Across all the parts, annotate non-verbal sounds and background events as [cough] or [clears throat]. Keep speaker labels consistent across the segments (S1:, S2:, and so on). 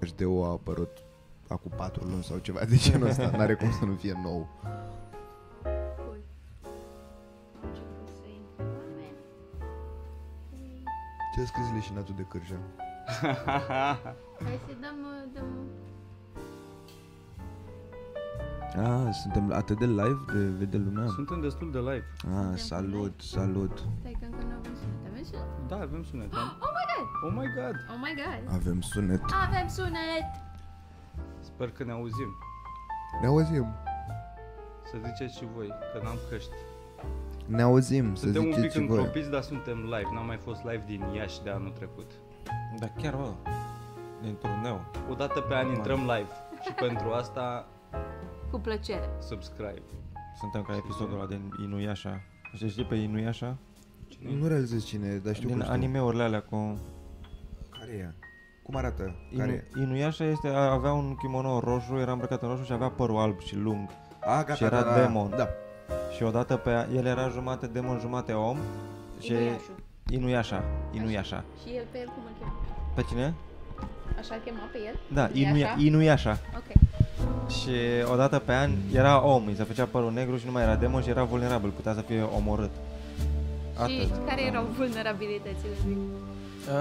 S1: HDO a apărut acum 4 luni sau ceva de genul ăsta. N-are cum să nu fie nou.
S2: Cool. Ce pot să intru? Oameni. Păi,
S1: Ce a scris leșinatul de cârja?
S2: Hai să dăm, uh, dăm...
S3: Ah, suntem atât de live de vede
S1: Da.
S3: lumea.
S4: Suntem destul de live.
S3: Ah, salut, salut.
S2: Stai că încă nu avem sunet. Avem sunet?
S4: Da, avem sunet. am-
S2: Oh my god!
S4: Oh my god!
S2: Oh my god!
S1: Avem sunet.
S2: Avem sunet!
S4: Sper că ne auzim.
S1: Ne auzim.
S4: Să ziceți și voi că n-am căști.
S1: Ne auzim, să
S4: Suntem un
S1: ziceți
S4: pic
S1: și voi.
S4: încropiți, dar suntem live. N-am mai fost live din Iași de anul trecut.
S3: Da, chiar, bă. Din turneu.
S4: O dată pe an intrăm live și pentru asta
S2: Cu plăcere.
S4: subscribe.
S5: Suntem ca episodul ăla din Inuyasha. Știi, știi pe Inuyasha?
S1: Nu realizez cine e, dar știu
S5: din
S1: cum știu.
S5: anime-urile alea cu...
S1: Care e? Cum arată? Care e?
S5: Inu- Inuyasha este, a- avea un kimono roșu, era îmbrăcat în roșu și avea părul alb și lung.
S1: A, gata,
S5: Și era
S1: da, da,
S5: demon.
S1: Da.
S5: Și odată pe el era jumate demon, jumate om. Și
S2: Inuiașul.
S5: Inuyasha. Inuyasha.
S2: Și el pe el cum îl chema?
S5: Pe cine?
S2: Așa îl chema pe el?
S5: Da, Inuya-
S2: Inuyasha?
S5: Inuyasha.
S2: Ok.
S5: Și odată pe an era om, îi se făcea părul negru și nu mai era demon și era vulnerabil, putea să fie omorât.
S2: Și care erau vulnerabilitățile lui?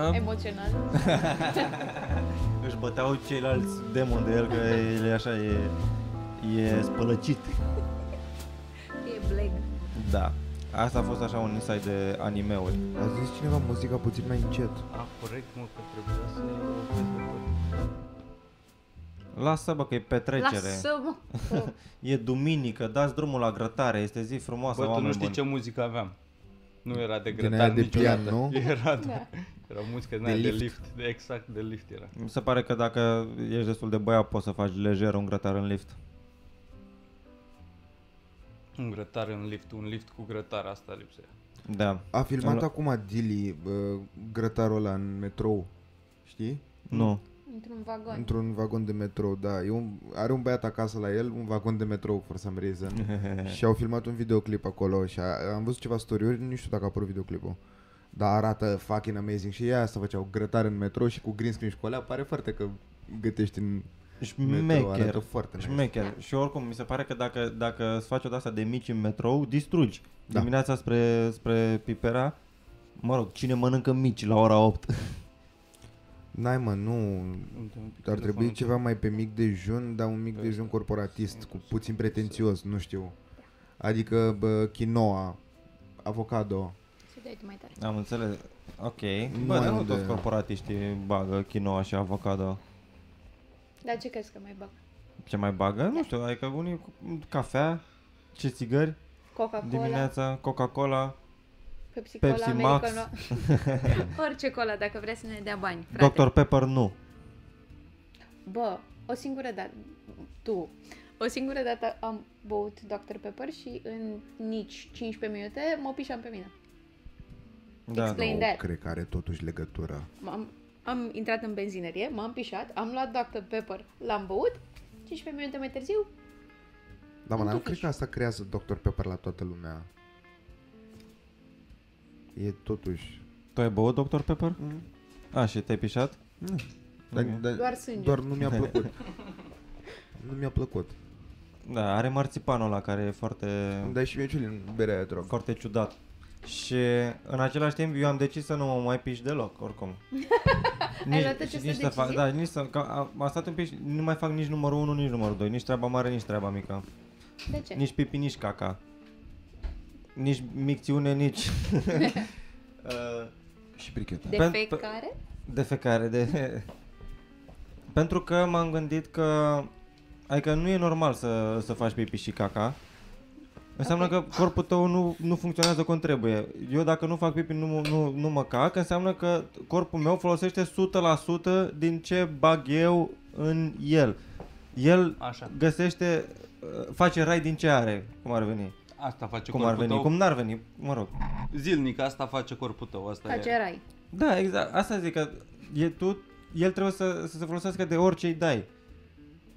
S5: Uh, [laughs]
S2: Emoțional?
S5: își băteau ceilalți demoni de el că el e așa, e, e spălăcit.
S2: E bleg.
S5: Da. Asta a fost așa un insight de animeuri.
S1: A zis cineva muzica puțin mai încet.
S4: A, corect, mă, că trebuia să ne opresc de tot.
S5: Lasă bă că e petrecere.
S2: Lasă-mă!
S5: E duminică, dați drumul la grătare, este zi frumoasă,
S4: Bă, tu
S5: oameni
S4: nu știi
S5: buni.
S4: ce muzică aveam. Nu era de
S1: Din aia
S4: grătar
S1: de pian,
S4: niciodată.
S1: nu?
S4: [laughs] Era,
S2: Da.
S4: da. era muzică din
S1: De
S4: aia de,
S1: lift.
S4: lift. De exact, de lift era.
S5: Mi se pare că dacă ești destul de băiat poți să faci lejer un grătar în lift.
S4: Un grătar în lift, un lift cu grătar, asta lipsea.
S5: Da.
S1: A filmat
S5: Am luat-
S1: acum Dili uh, grătarul ăla în metrou. Știi?
S4: Mm.
S5: Nu.
S2: Într-un vagon.
S1: Într-un vagon de metrou, da. E un, are un băiat acasă la el, un vagon de metrou, for some reason. și au filmat un videoclip acolo și a, am văzut ceva story-uri, nu știu dacă a apărut videoclipul. Dar arată fucking amazing și ea asta făceau grătar în metrou și cu green screen și cu alea, pare foarte că gătești în metrou, arată
S5: Șmecher.
S1: foarte nice.
S5: Șmecher. Și oricum, mi se pare că dacă, dacă îți faci o asta de mici în metrou, distrugi.
S1: Da.
S5: Dimineața spre, spre Pipera, mă rog, cine mănâncă mici la ora 8?
S1: N-ai mă, nu, ar trebui ceva mai pe mic dejun, dar un mic
S4: Pe
S1: dejun
S4: ăsta.
S1: corporatist, cu puțin pretențios, nu știu. Adică bă, quinoa, avocado,
S2: Să dai tu mai tare.
S5: [laughs] Am înțeles. Ok.
S1: Nu
S5: Bă,
S1: ai
S5: dar nu
S1: unde-
S5: toți corporatiștii bagă quinoa și avocado.
S2: Dar ce crezi că mai bag?
S5: Ce mai bagă? Nu știu, adică unii cu cafea, ce țigări,
S2: Coca-Cola,
S5: dimineața, Coca-Cola,
S2: Pepsi Cola,
S5: Pepsi Max.
S2: Americano. Orice cola, dacă vrea să ne dea bani, frate.
S5: Dr. Pepper nu.
S2: Bă, o singură dată, tu, o singură dată am băut Dr. Pepper și în nici 15 minute mă pișam pe mine.
S5: Da.
S2: Explain. Plain dead.
S1: cred că are totuși legătură.
S2: am am intrat în benzinărie, m-am pișat, am luat Dr. Pepper, l-am băut, 15 minute mai târziu,
S1: Da, mă,
S2: Un
S1: dar nu
S2: tufiș.
S1: cred că asta creează Dr. Pepper la toată lumea. E totuși...
S5: Tu ai băut Dr. Pepper?
S2: Mm.
S5: A, și te-ai pișat?
S1: Dar,
S5: Ok.
S1: dar,
S2: doar sânge.
S1: doar
S5: [laughs]
S1: nu mi-a plăcut. nu mi-a plăcut.
S5: Da, are marțipanul ăla care e foarte...
S1: Îmi dai și mie ciulin berea aia drog.
S5: foarte ciudat. Și în același timp eu am decis să nu mă mai piș deloc,
S2: [laughs]
S5: oricum.
S2: luat această
S5: nici să fac,
S2: decizie?
S5: da, nici să, că a, a stat un pic, și nu mai fac nici numărul 1, nici numărul 2, nici treaba mare, nici treaba mică.
S2: De ce?
S5: Nici pipi, nici caca. Nici micțiune, nici... uh,
S1: Și bricheta.
S2: De
S5: Pen-
S2: pe
S5: pe-
S2: care?
S5: defecare, de... [laughs] Pentru că m-am gândit că... Adică nu e normal să, să faci pipi și caca. Înseamnă
S2: Ok.
S5: okay. că corpul tău nu, nu funcționează cum trebuie. Eu dacă nu fac pipi, nu, mă- nu, nu mă cac, înseamnă că corpul meu folosește 100% din ce bag eu în el. El
S1: Da.
S4: Așa,
S5: găsește, uh, face rai din ce are, cum ar veni.
S4: asta face
S5: cum ar
S4: corpul
S5: veni,
S4: tău.
S5: cum n-ar veni, mă rog.
S4: Zilnic, asta face corpul tău, asta
S2: Face
S4: e.
S2: rai.
S5: Da, exact. Asta zic că e tu, el trebuie să, să se folosească de orice îi dai.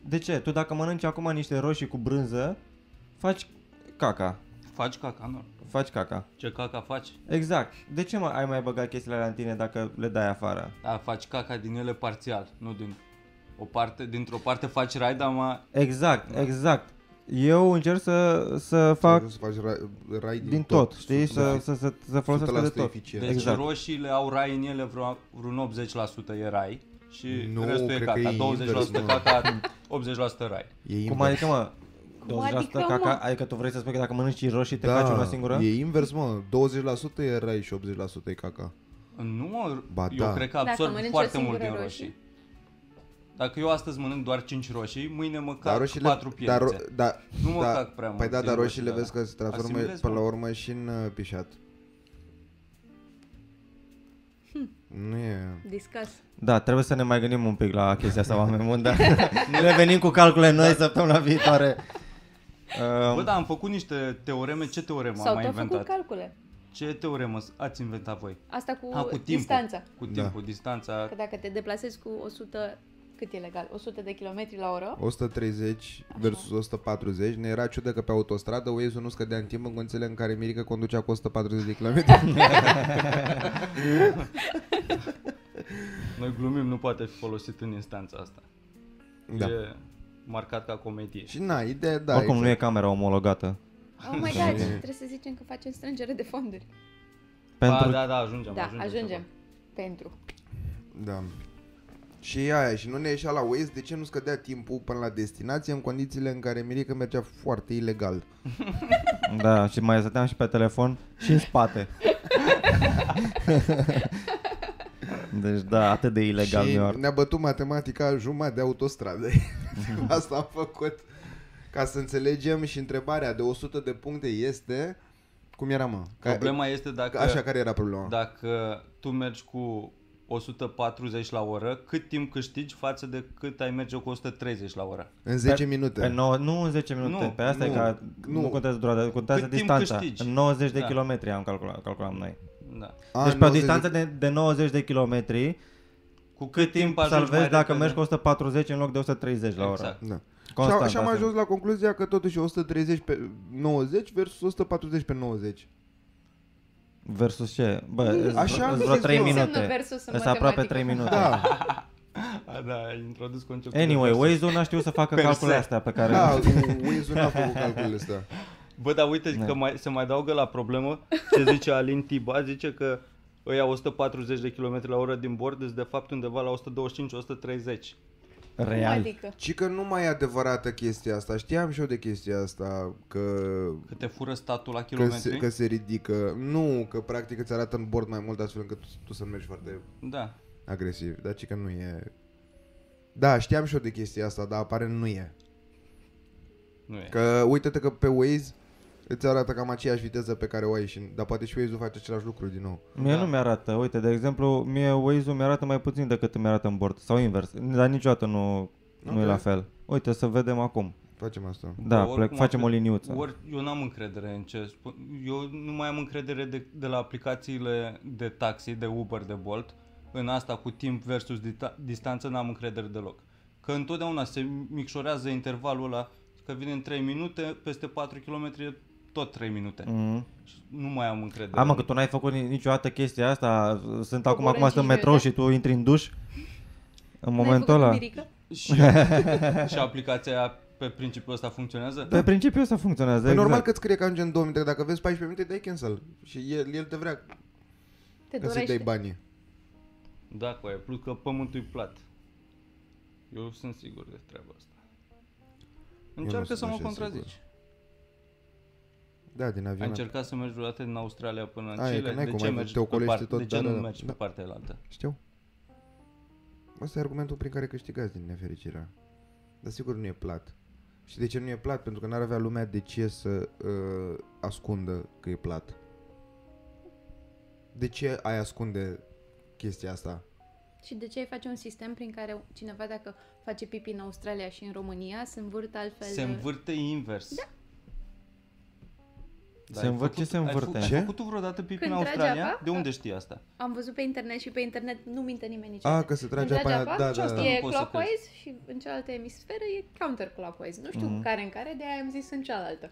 S5: De ce? Tu dacă mănânci acum niște roșii cu brânză, faci caca.
S4: Faci caca, nu?
S5: Faci caca.
S4: Ce caca faci?
S5: Exact. De ce mai
S4: Da,
S5: ai mai băgat chestiile alea în tine dacă le dai afară?
S4: A, faci caca din ele parțial, nu din O parte, dintr-o parte faci raid, dar
S5: Exact, exact. Eu încerc să, să fac
S1: Să faci ra- rai
S5: din tot, știi? Să,
S1: Da.
S5: să, să, să folosesc de
S1: 100%
S5: tot.
S1: eficient.
S4: deci
S5: Exact.
S4: exact. roșiile au rai în ele vreo, vreun 80% e rai și
S1: Nu,
S4: restul e
S1: cred că
S4: caca,
S1: e
S4: 20%
S1: invers, mă.
S4: caca, 80% rai.
S1: E
S5: Cum
S1: invers.
S5: adică, mă? 20%
S2: Deci, adică, mă?
S5: caca, adică tu vrei să spui că dacă mănânci și roșii te faci una singură?
S1: Da, E invers, mă. 20% e rai și 80% e caca.
S4: Nu, mă,
S1: Ba
S4: eu
S1: da.
S4: cred că
S2: Dacă
S4: absorb
S2: mănânci o
S4: foarte
S2: singură
S4: mult din
S2: roșie?
S4: roșii. Dacă eu astăzi mănânc doar 5 roșii, mâine mă
S1: Dar
S4: cac
S1: roșiile,
S4: 4
S1: dar,
S4: piețe.
S1: ro- da,
S4: Nu mă
S1: da,
S4: cac prea mult
S1: Păi da,
S4: din
S1: dar roșiile
S4: roșiile alea.
S1: vezi că se transformă
S4: Asimilezi,
S1: până la
S4: mă.
S1: urmă și în uh, pișat.
S4: Hm.
S1: Nu e...
S2: Discuss.
S5: Da, trebuie să ne mai gândim un pic la chestia asta, oameni buni, dar [laughs] revenim cu calcule noi săptămâna viitoare.
S4: Bă,
S5: Uh,
S4: da, am făcut niște teoreme. Ce teoremă
S2: Sau
S4: am mai
S2: tot făcut
S4: inventat?
S2: calcule.
S4: Ce teoremă s- ați inventat voi?
S2: Asta cu,
S4: A, cu timpul.
S2: distanța.
S4: Cu
S1: Da.
S4: timpul, distanța.
S2: Că dacă te deplasezi cu 100, cât e legal, 100 de kilometri la oră,
S1: 130 versus 140 Ne era ciudă că pe autostradă Waze-ul nu scădea în timp În condițiile în care Mirica conducea cu 140 de km
S4: [laughs] Noi glumim, nu poate fi folosit în instanța asta.
S1: da.
S4: E marcat ca comedie.
S1: Și na, ideea da
S5: da, oricum nu
S1: exact.
S5: e camera omologată.
S2: oh my god, trebuie să zicem că facem strângere de fonduri.
S5: Pentru
S4: Ba, da, da, ajungem.
S2: Da,
S4: ajungem.
S2: ajungem.
S4: și acolo.
S2: Pentru.
S1: Da. Și aia, și nu ne ieșea la Waze de ce nu scădea timpul până la destinație în condițiile în care Mirica mergea foarte ilegal.
S5: Da, și mai stăteam și pe telefon și în spate. Deci da, atât de ilegal
S1: și
S5: New York.
S1: ne-a bătut matematica jumătate de autostradă.
S5: Mhm.
S1: [laughs] Asta am făcut. Ca să înțelegem și întrebarea de 100 de puncte este... Cum era, mă? Ca-
S4: Problema Da. este dacă,
S1: Așa, care era problema?
S4: dacă tu mergi cu 140 la oră, cât timp câștigi față de cât ai merge cu 130 la oră?
S1: În 10
S5: Pe-
S1: minute.
S5: Pe 9, nu în 10 minute,
S4: Nu,
S5: pe asta e
S1: nu,
S5: ca, nu,
S1: nu.
S5: nu contează durata, contează
S4: Cât timp
S5: distanța.
S4: câștigi?
S5: În 90 de
S4: Da.
S5: kilometri am calculat, calculam noi.
S4: Da.
S1: A,
S5: deci pe o
S1: 90
S5: distanță de, de 90 de kilometri,
S4: Cu cât timp ajungi
S5: salvezi
S4: mai
S5: dacă
S4: repede?
S5: mergi cu 140 în loc de 130 la oră.
S4: Exact.
S1: Da.
S5: Constant,
S1: și am
S5: asta e.
S1: ajuns la concluzia că totuși e 130 pe 90 versus 140 pe 90.
S5: Versus ce? Bă,
S1: Mm, Așa
S5: Așa
S1: am
S5: îți vreo
S1: zis,
S5: 3
S1: mă.
S2: Înseamnă
S5: minute.
S2: versus în
S5: Îți aproape
S2: matematică.
S5: 3 minute.
S1: Da,
S4: [laughs] A, da, ai introdus conceptul.
S5: Anyway,
S4: de versus.
S5: Waze-ul n-a știut să facă
S4: Per se.
S5: calculele astea pe care...
S1: da, Waze nu a făcut calculul ăsta.
S4: Bă, dar uite
S1: Da.
S4: că mai, se mai adaugă la problemă ce zice Alin Tiba, zice că ăia 140 de km la oră din bord sunt de fapt undeva la 125-130.
S2: Cum
S5: Real.
S2: adică?
S1: Ci că nu mai e adevărată chestia asta. Știam și eu de chestia asta, că
S4: Că te fură statul la
S1: că
S4: kilometri?
S1: se, că se ridică. Nu, că practic îți arată în bord mai mult astfel încât tu, tu să mergi foarte
S4: Da.
S1: agresiv. Dar ci că nu e... Da, știam și eu de chestia asta, dar apare nu e.
S4: Nu e.
S1: Că uite-te că pe Waze îți arată cam aceeași viteză pe care o ai și... Dar poate și Waze-ul face același lucru din nou.
S5: Mie
S4: Da.
S5: nu mi-arată, uite, de exemplu, mie Waze-ul mi-arată mai puțin decât îmi arată în bord, sau invers, dar niciodată nu, nu e
S1: Ok.
S5: la fel. Uite, să vedem acum.
S1: Facem asta. Păi
S5: Da,
S4: Bă,
S5: plec,
S4: oricum
S5: facem o
S4: apli-
S5: liniuță.
S4: Ori, eu n-am încredere în ce spun. Eu nu mai am încredere de, de la aplicațiile de taxi, de Uber, de Bolt. În asta cu timp versus dita- distanță n-am încredere deloc. Că întotdeauna se micșorează intervalul ăla, că vine în 3 minute, peste 4 km tot 3 minute. Mm.
S5: Mhm.
S4: Nu mai am încredere.
S5: A, mă, că tu n-ai făcut ni- niciodată chestia asta, sunt acum,
S2: Coboră în
S5: acum sunt în
S2: cinci
S5: metrou
S2: minute.
S5: și tu intri în duș. În
S2: N-ai
S5: momentul
S2: făcut
S5: ăla.
S2: mirică?
S4: [laughs] Și,
S5: [laughs]
S4: și aplicația aia pe principiul ăsta funcționează?
S5: Pe principiu să funcționează,
S1: Păi
S5: exact.
S1: normal că îți scrie că ajunge în 2 minute, dacă vezi 14 minute, dai cancel. Și el, el te vrea
S2: Te
S1: ca să-i dai
S2: dorește.
S1: banii.
S4: Da, cu aia, plus că pământul e plat. Eu sunt sigur de treaba asta. Încearcă
S1: sunt
S4: să mă
S1: așa
S4: contrazici.
S1: Da, din
S4: Ai
S1: avion.
S4: încercat să mergi vreodată din Australia până în
S1: Aia,
S4: Chile?
S1: că n-ai
S4: de
S1: cum,
S4: ce
S1: ai-
S4: mergi
S1: te
S4: pe
S1: ocolești
S4: parte,
S1: tot,
S4: de ce
S1: da,
S4: nu
S1: da, da.
S4: mergi
S1: Da.
S4: pe partea elaltă?
S1: Știu. Asta e argumentul prin care câștigați din nefericirea. Dar sigur nu e plat. Și de ce nu e plat? Pentru că n-ar avea lumea de ce să uh, ascundă că e plat. De ce ai ascunde chestia asta?
S2: Și de ce ai face un sistem prin care cineva dacă face pipi în Australia și în România se învârte altfel?
S4: Se învârte invers. Da.
S5: Se
S4: ai
S5: învârt- ce
S4: făcut-
S5: se
S4: ai
S5: învârte?
S4: făcut- Ai
S1: Ce?
S4: făcut tu vreodată pipi în
S2: Când trage
S4: Australia?
S2: apa?
S4: De unde știi asta?
S2: Am văzut pe internet și pe internet nu minte nimeni niciodată.
S1: A,
S5: Ah,
S1: că se trage
S2: Când
S1: apa
S2: trage
S1: aia,
S2: apa,
S1: da,
S2: ce
S1: da,
S4: asta?
S1: da.
S2: E
S4: Nu pot să
S2: clockwise și în cealaltă emisferă e counterclockwise. Nu știu mm. care în care, de-aia am zis în cealaltă.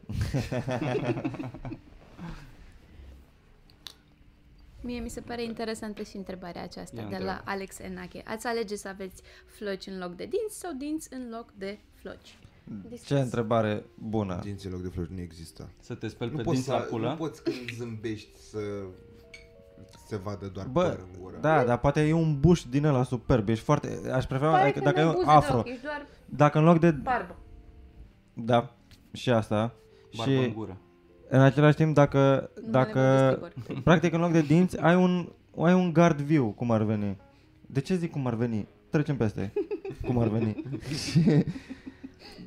S2: Mie mi se pare interesantă și întrebarea aceasta
S4: Ia
S2: de
S4: întreabă.
S2: la Alex Enache. Ați alege să aveți floci în loc de dinți sau dinți în loc de floci?
S5: Ce
S2: Discuți.
S5: întrebare bună.
S1: Dinții în loc de flori nu există.
S4: Să te speli
S1: Nu
S4: pe
S1: poți,
S4: dinți la
S1: să,
S4: pula?
S1: nu poți când zâmbești să se vadă doar
S5: Bă,
S1: păr în gură.
S5: da, dar poate e un buș din ăla superb. Ești foarte... Aș prefera
S2: Pare
S5: adică,
S2: că
S5: dacă
S2: nu
S5: e
S2: ai
S5: un
S2: buză
S5: afro.
S2: deloc, ești doar
S5: Dacă în loc de...
S2: barbă.
S5: Da, și asta.
S4: Barbă în
S5: și
S4: gură.
S5: în același timp, dacă...
S2: Nu mă
S5: dacă
S2: nebunesc, Igor.
S5: practic, în loc de dinți, ai un, ai un guard view, cum ar veni. De ce zic cum ar veni? Trecem peste. Cum ar
S1: [laughs]
S5: veni. Și-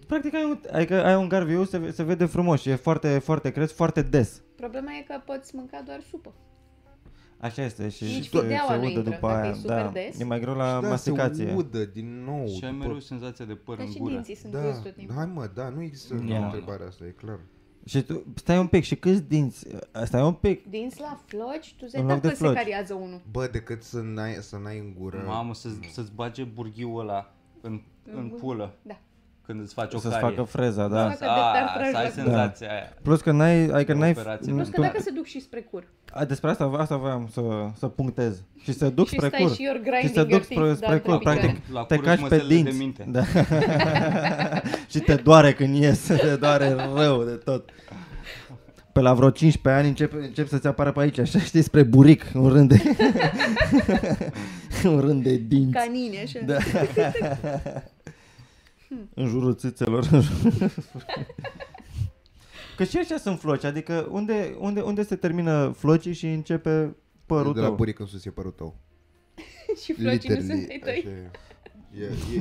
S5: practic, ai un, adică ai un guard view, se, ve- se vede frumos și e foarte, foarte cresc, foarte des.
S2: Problema e că poți mânca doar supă.
S5: Așa este și
S2: Nici
S5: se,
S2: videoaua
S5: se
S2: nu
S5: udă
S2: intră,
S5: după
S2: dacă e
S5: aia.
S2: super
S5: Da,
S2: des.
S5: e mai greu la
S1: da,
S5: masticație.
S1: se udă din nou.
S4: Și ai mereu senzația de păr
S2: Dar
S4: în
S2: și
S4: gură.
S2: dinții sunt da.
S1: da,
S2: tot timpul.
S1: hai mă, da, nu există
S5: Ia.
S1: întrebarea asta, e clar.
S5: Și tu, stai un pic, și câți dinți? Stai un pic.
S2: Dinți la floci, tu
S5: În
S2: zici
S5: loc de
S2: dacă se
S5: floci.
S2: cariază unul.
S1: Bă, decât să n-ai, să n-ai în gură.
S4: Mamă, să-ți, să-ți bage burghiul ăla în, în
S2: gură.
S4: pulă
S2: Da.
S4: când îți faci o
S5: Să-ți
S4: carie.
S5: facă freza, da.
S2: Să facă deptar
S4: A, să ai
S2: trajul.
S4: senzația aia.
S5: Plus că n-ai, adică
S4: E o
S5: n-ai...
S4: operație
S5: nu-
S4: de
S2: Plus că
S5: tu-
S2: dacă se duc și spre cur.
S1: Da.
S5: A, despre asta, asta voiam să, să punctez. Și să duc
S2: Și
S5: spre
S2: stai
S5: cur.
S2: și you're grinding
S5: și să duc
S2: your
S5: spre,
S2: teeth, da,
S5: spre cur,
S2: între
S5: practic.
S4: picioare. La
S5: te
S4: cur îți
S5: cași pe
S4: mățelele de
S5: dinți.
S4: minte.
S5: Da. [laughs] și te doare când ies, [laughs] te doare rău de tot. Pe la vreo 15 ani încep, încep să-ți apară pe aici, așa știi, spre buric, un rând de, [laughs] un rând de dinți.
S2: Canine, așa.
S5: Da. în jurul țâțelor. în jurul- Că și așa sunt floci, adică unde, unde, unde se termină flocii și începe părul
S1: de la
S5: tău?
S1: buric în sus e părul tău.
S2: [laughs] și flocii nu sunt ai
S1: așa
S2: tăi.
S1: e.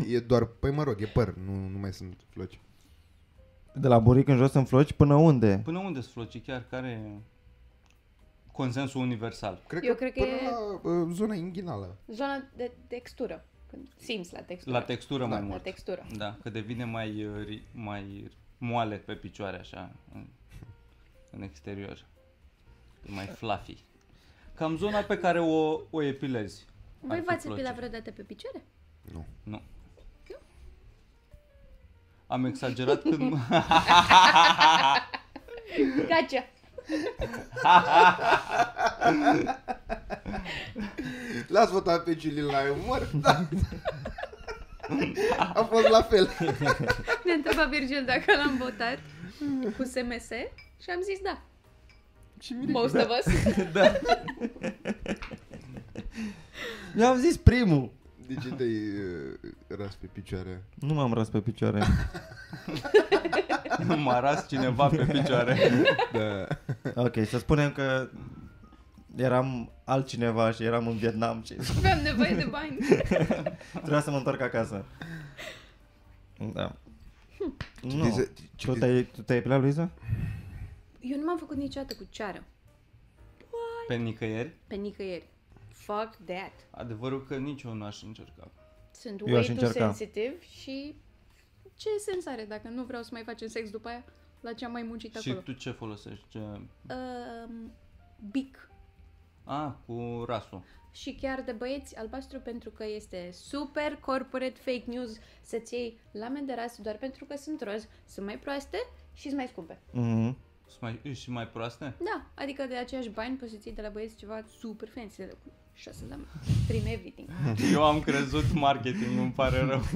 S1: E, e, e doar, păi mă rog, e păr, nu, nu mai sunt floci.
S5: De la buric în jos sunt floci până unde?
S4: Până unde sunt flocii? Chiar care e consensul universal?
S1: Cred
S2: Eu cred că
S1: până
S2: e-
S1: la uh, zona inghinală.
S2: Zona de textură. Când simți la textură.
S4: La textură mai
S2: la
S4: mult.
S2: textură.
S4: Da, că devine mai, uh, ri- mai moale pe picioare așa, în, în exterior. E mai fluffy. Cam zona pe care o, o epilezi.
S2: Voi
S4: Ar fi
S2: v-ați
S4: floci.
S2: epilat vreodată pe picioare?
S4: Nu. Am exagerat când...
S2: Gacea!
S1: L-ați votat pe Ciulin la
S4: [laughs]
S1: umor? Da. A fost la fel.
S2: Ne întreba Virgil dacă l-am votat cu SMS și am zis da.
S1: Și Da.
S2: Most of us. [laughs]
S5: [laughs] Eu am zis primul.
S1: De ce te-ai uh, ras pe picioare?
S5: Nu m-am ras pe
S1: [laughs]
S5: picioare.
S4: M-a [laughs] ras cineva pe
S2: [laughs]
S4: picioare.
S1: Da.
S5: ok, să spunem că eram altcineva și eram în Vietnam și
S2: Aveam nevoie de bani.
S5: trebuia să mă întorc acasă. Da. Nu.
S1: Citise-
S5: Tu
S1: citise-
S5: te-ai, tu te-ai epilat, Luiza?
S2: Eu nu m-am făcut niciodată cu ceară.
S4: Pe nicăieri.
S2: Pe nicăieri. Fuck that.
S4: Adevărul că nici eu nu aș încerca.
S2: Sunt
S5: Eu
S2: way
S5: aș
S2: too
S5: încerca.
S2: sensitive și ce sens are dacă nu vreau să mai facem sex după aia la ce am mai muncit
S4: Și
S2: acolo?
S4: tu ce folosești? Ce...
S2: Um, bic.
S4: A, cu rasul.
S2: și chiar de băieți albastru pentru că este super corporate fake news să-ți iei lame de ras doar pentru că sunt roz, sunt mai proaste și sunt mai scumpe.
S5: Mhm.
S4: Sunt mai, e și mai proaste? [laughs]
S2: Da, adică de aceiași bani poți să-ți iei de la băieți ceva super fancy, de la cu șase lame, trim everything.
S4: Eu am crezut marketing, îmi pare rău. [laughs]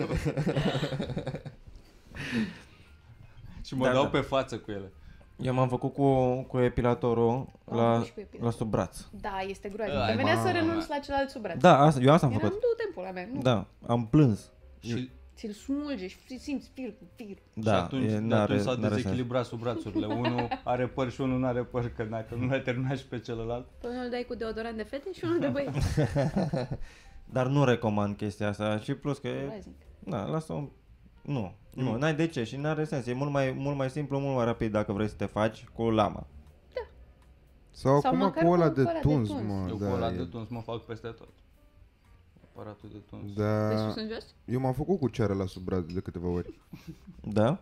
S4: și mă
S5: Da,
S4: da, dau
S5: da.
S4: da. pe față cu ele.
S5: Eu m-am făcut cu, cu epilatorul
S2: Am
S5: la,
S2: făcut și cu epilator.
S5: la sub braț.
S2: Da, este groaznic.
S4: Ai,
S2: Ai, venea să
S4: mamă.
S2: renunț la celălalt sub braț.
S5: Da, asta, eu asta am
S2: Eram
S5: făcut.
S2: du timpul la mea, nu?
S5: Da, am plâns.
S4: Și,
S2: Ți-l smulge și simți fir cu fir.
S5: Da,
S4: și atunci,
S5: e,
S4: de
S5: n-are,
S4: atunci s-au
S5: n-are sens.
S4: dezechilibrat sub brațurile. Unul are păr și unul nu are păr, că dacă nu l-ai terminat și pe celălalt.
S2: Păi unul îl dai cu deodorant de fete și
S5: Da.
S2: unul de băieți.
S5: [laughs] Dar nu recomand chestia asta și plus că, e,
S2: Groaznic.
S5: na, lasă un... Nu, nu, n-ai de ce și n-are sens. E mult mai, mult mai simplu, mult mai rapid dacă vrei să te faci cu lama.
S1: Sau,
S2: Sau
S1: acum
S2: măcar
S1: cu ăla
S2: cu
S1: de
S2: ăla de
S1: tuns,
S2: tuns.
S1: mă.
S4: Eu
S1: da,
S4: cu ăla
S1: e-
S4: de tuns mă fac peste tot. Aparatul de tuns.
S2: De
S1: Da,
S2: Deci sus în jos?
S1: eu m-am făcut cu ceară la sub braț de câteva ori.
S5: Da?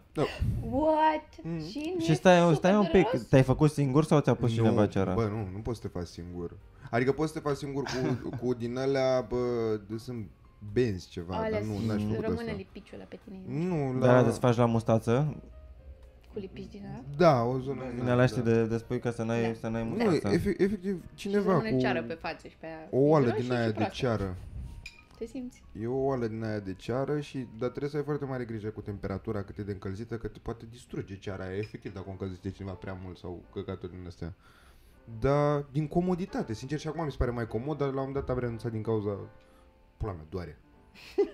S2: What?
S4: Mm.
S2: Și, nu
S5: și
S2: e
S5: stai,
S2: super
S5: stai un
S2: dureros?
S5: pic, te-ai făcut singur sau ți-a pus cineva
S1: nu,
S5: ceara?
S1: Bă, nu, nu poți să te faci singur. Adică poți să te faci singur
S5: [laughs]
S1: cu, cu din alea, bă, de, sunt benzi ceva,
S2: Alea
S1: dar nu, n-aș
S2: sunt-
S1: făcut
S2: rămâne
S1: asta.
S5: Da,
S2: lipiciul la pe tine.
S1: Nu,
S5: Dar
S1: la...
S5: de faci la mustață?
S2: cu lipici din aia?
S1: Da, o zonă...
S5: Din alea știi de, de spui ca să n-ai,
S2: Da.
S5: să n-ai
S1: Nu,
S5: mustața.
S1: efectiv, efectiv
S2: Și să
S1: cineva
S2: rămâne
S1: cu
S2: ceară pe față și pe aia.
S1: o oală
S2: roșie
S1: din
S2: și
S1: aia de
S2: proaspăt.
S1: ceară.
S2: Te simți?
S1: E o oală din aia de ceară și dar trebuie să ai foarte mare grijă cu temperatura cât e de încălzită, că te poate distruge ceara aia, efectiv, dacă o încălzește cineva prea mult sau căcaturi din astea. Dar din comoditate, sincer, și acum mi se pare mai comod, dar la un moment dat am renunțat din cauza, pula mea, doare.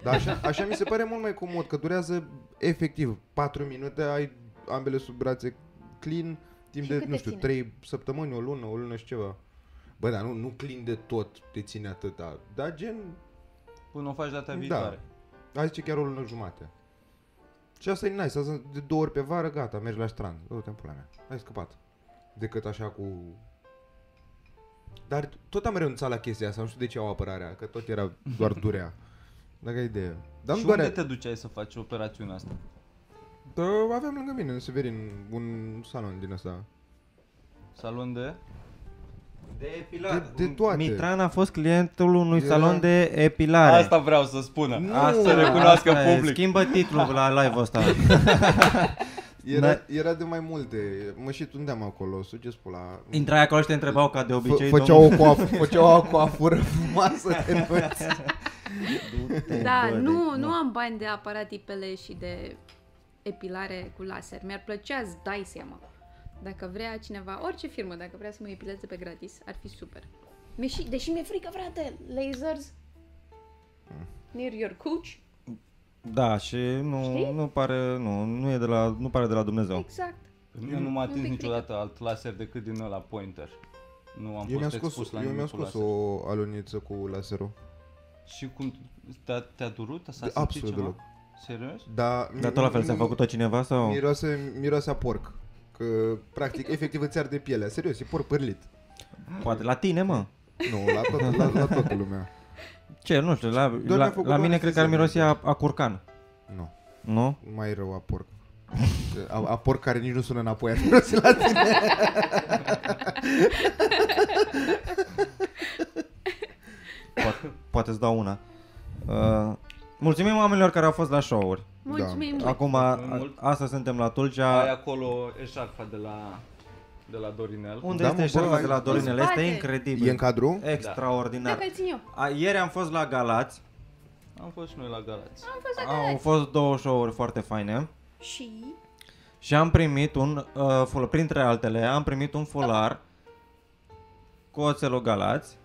S1: Dar așa, așa mi se pare mult mai comod, că durează efectiv 4 minute, ai ambele sub brațe clean, timp
S2: Și
S1: de,
S2: cât
S1: nu
S2: te
S1: știu,
S2: ține?
S1: 3 săptămâni, o lună, o lună și ceva. Bă, dar nu, nu clean de tot te ține atâta, dar gen
S4: Până Păi o faci data
S1: Da.
S4: viitoare.
S1: Azi zice chiar o lună jumate. Și asta e nice, asta sunt de două ori pe vară, gata, mergi la strand. Du-te în pula mea, ai scăpat. Decât așa cu... Dar tot am renunțat la chestia asta, nu știu de ce au apărarea, că tot era
S4: [laughs]
S1: doar durea. Dacă ai idee. Dar nu
S4: și unde
S1: doare,
S4: te duceai să faci operațiunea asta?
S1: Bă, aveam lângă mine, în Severin, un salon din asta.
S4: Salon de...
S5: De
S1: De, de toate.
S5: Mitran a fost clientul unui
S1: Era-
S5: salon de epilare.
S4: Asta vreau să spună.
S1: Nu.
S4: Asta să recunoască
S5: asta e.
S4: public.
S5: Schimbă titlul la live-ul
S1: [laughs]
S5: ăsta.
S1: Era,
S5: Da.
S1: era de mai multe, mă și tundeam acolo, sugeți pula.
S5: Intrai acolo și te întrebau ca de obicei,
S1: Fă- Făceau o, coaf- făceau o coafură frumoasă
S4: [laughs]
S1: de învăț. Eh,
S5: domnule,
S2: Da,
S5: bă, de-
S2: nu, nu am bani de aparat ipele și de epilare cu laser. Mi-ar plăcea, îți dai seama. Dacă vrea cineva, orice firmă, dacă vrea să mă epileze pe gratis, ar fi super. Mi-e și, deși mi-e frică, frate, lasers
S1: Hmm.
S2: near your cooch.
S5: Da, și nu,
S2: Știi?
S5: nu pare, nu, nu e de la, nu pare de la
S1: Oh.
S5: Dumnezeu.
S2: Exact.
S4: Eu nu m-am
S2: Un
S4: atins
S2: pic
S4: niciodată alt laser decât din ăla pointer. Nu am
S1: Eu mi-am
S4: fost
S1: scos,
S4: expus la
S1: eu mi-am
S4: nimic cu
S1: scos
S4: laser.
S1: o aluniță cu laserul.
S4: Și cum te-a, te-a durut? S-a
S1: De
S4: simțit
S1: absolut
S4: ceva?
S1: deloc.
S4: Serios?
S1: Da,
S5: Dar tot la fel s-a făcut-o cineva sau?
S1: Miroase, miroase a porc. Că,
S2: [laughs]
S1: practic, efectiv îți arde pielea. Serios, e porc pârlit.
S5: Poate la tine, mă.
S1: Nu, la toată, la, la toată lumea.
S5: Ce, nu știu, la,
S1: mi-a
S5: la,
S1: făcut
S5: la
S1: o
S5: mine cred că ar
S1: anestezie.
S5: mirosi a, a curcan.
S1: Nu,
S5: Nu?
S1: mai rău a porc. A, a porc care nici nu sună înapoi, a miroase la tine.
S5: Poate, poate îți dau una. Uh, mulțumim oamenilor care au fost la show-uri.
S2: Mulțumim da. mult.
S5: Acum, a,
S4: mult.
S5: asta suntem la
S4: Ai
S5: Tulcea.
S4: acolo eșarfa de la, de la Dorinel.
S5: Unde
S1: Da,
S5: este
S1: mă, bă,
S5: șerfa
S1: ai-
S5: de la Dorinel?
S2: În spate.
S5: Este incredibil.
S1: E în cadru?
S5: Extraordinar.
S2: Dacă țin eu.
S5: A, ieri am fost la Galați.
S4: Am fost și noi la Galați.
S2: Am fost la
S5: Au
S2: Galați.
S5: fost două show-uri foarte faine.
S2: Și
S5: Și am primit un, uh, ful- printre altele, am primit un folar cu oțelul Galați,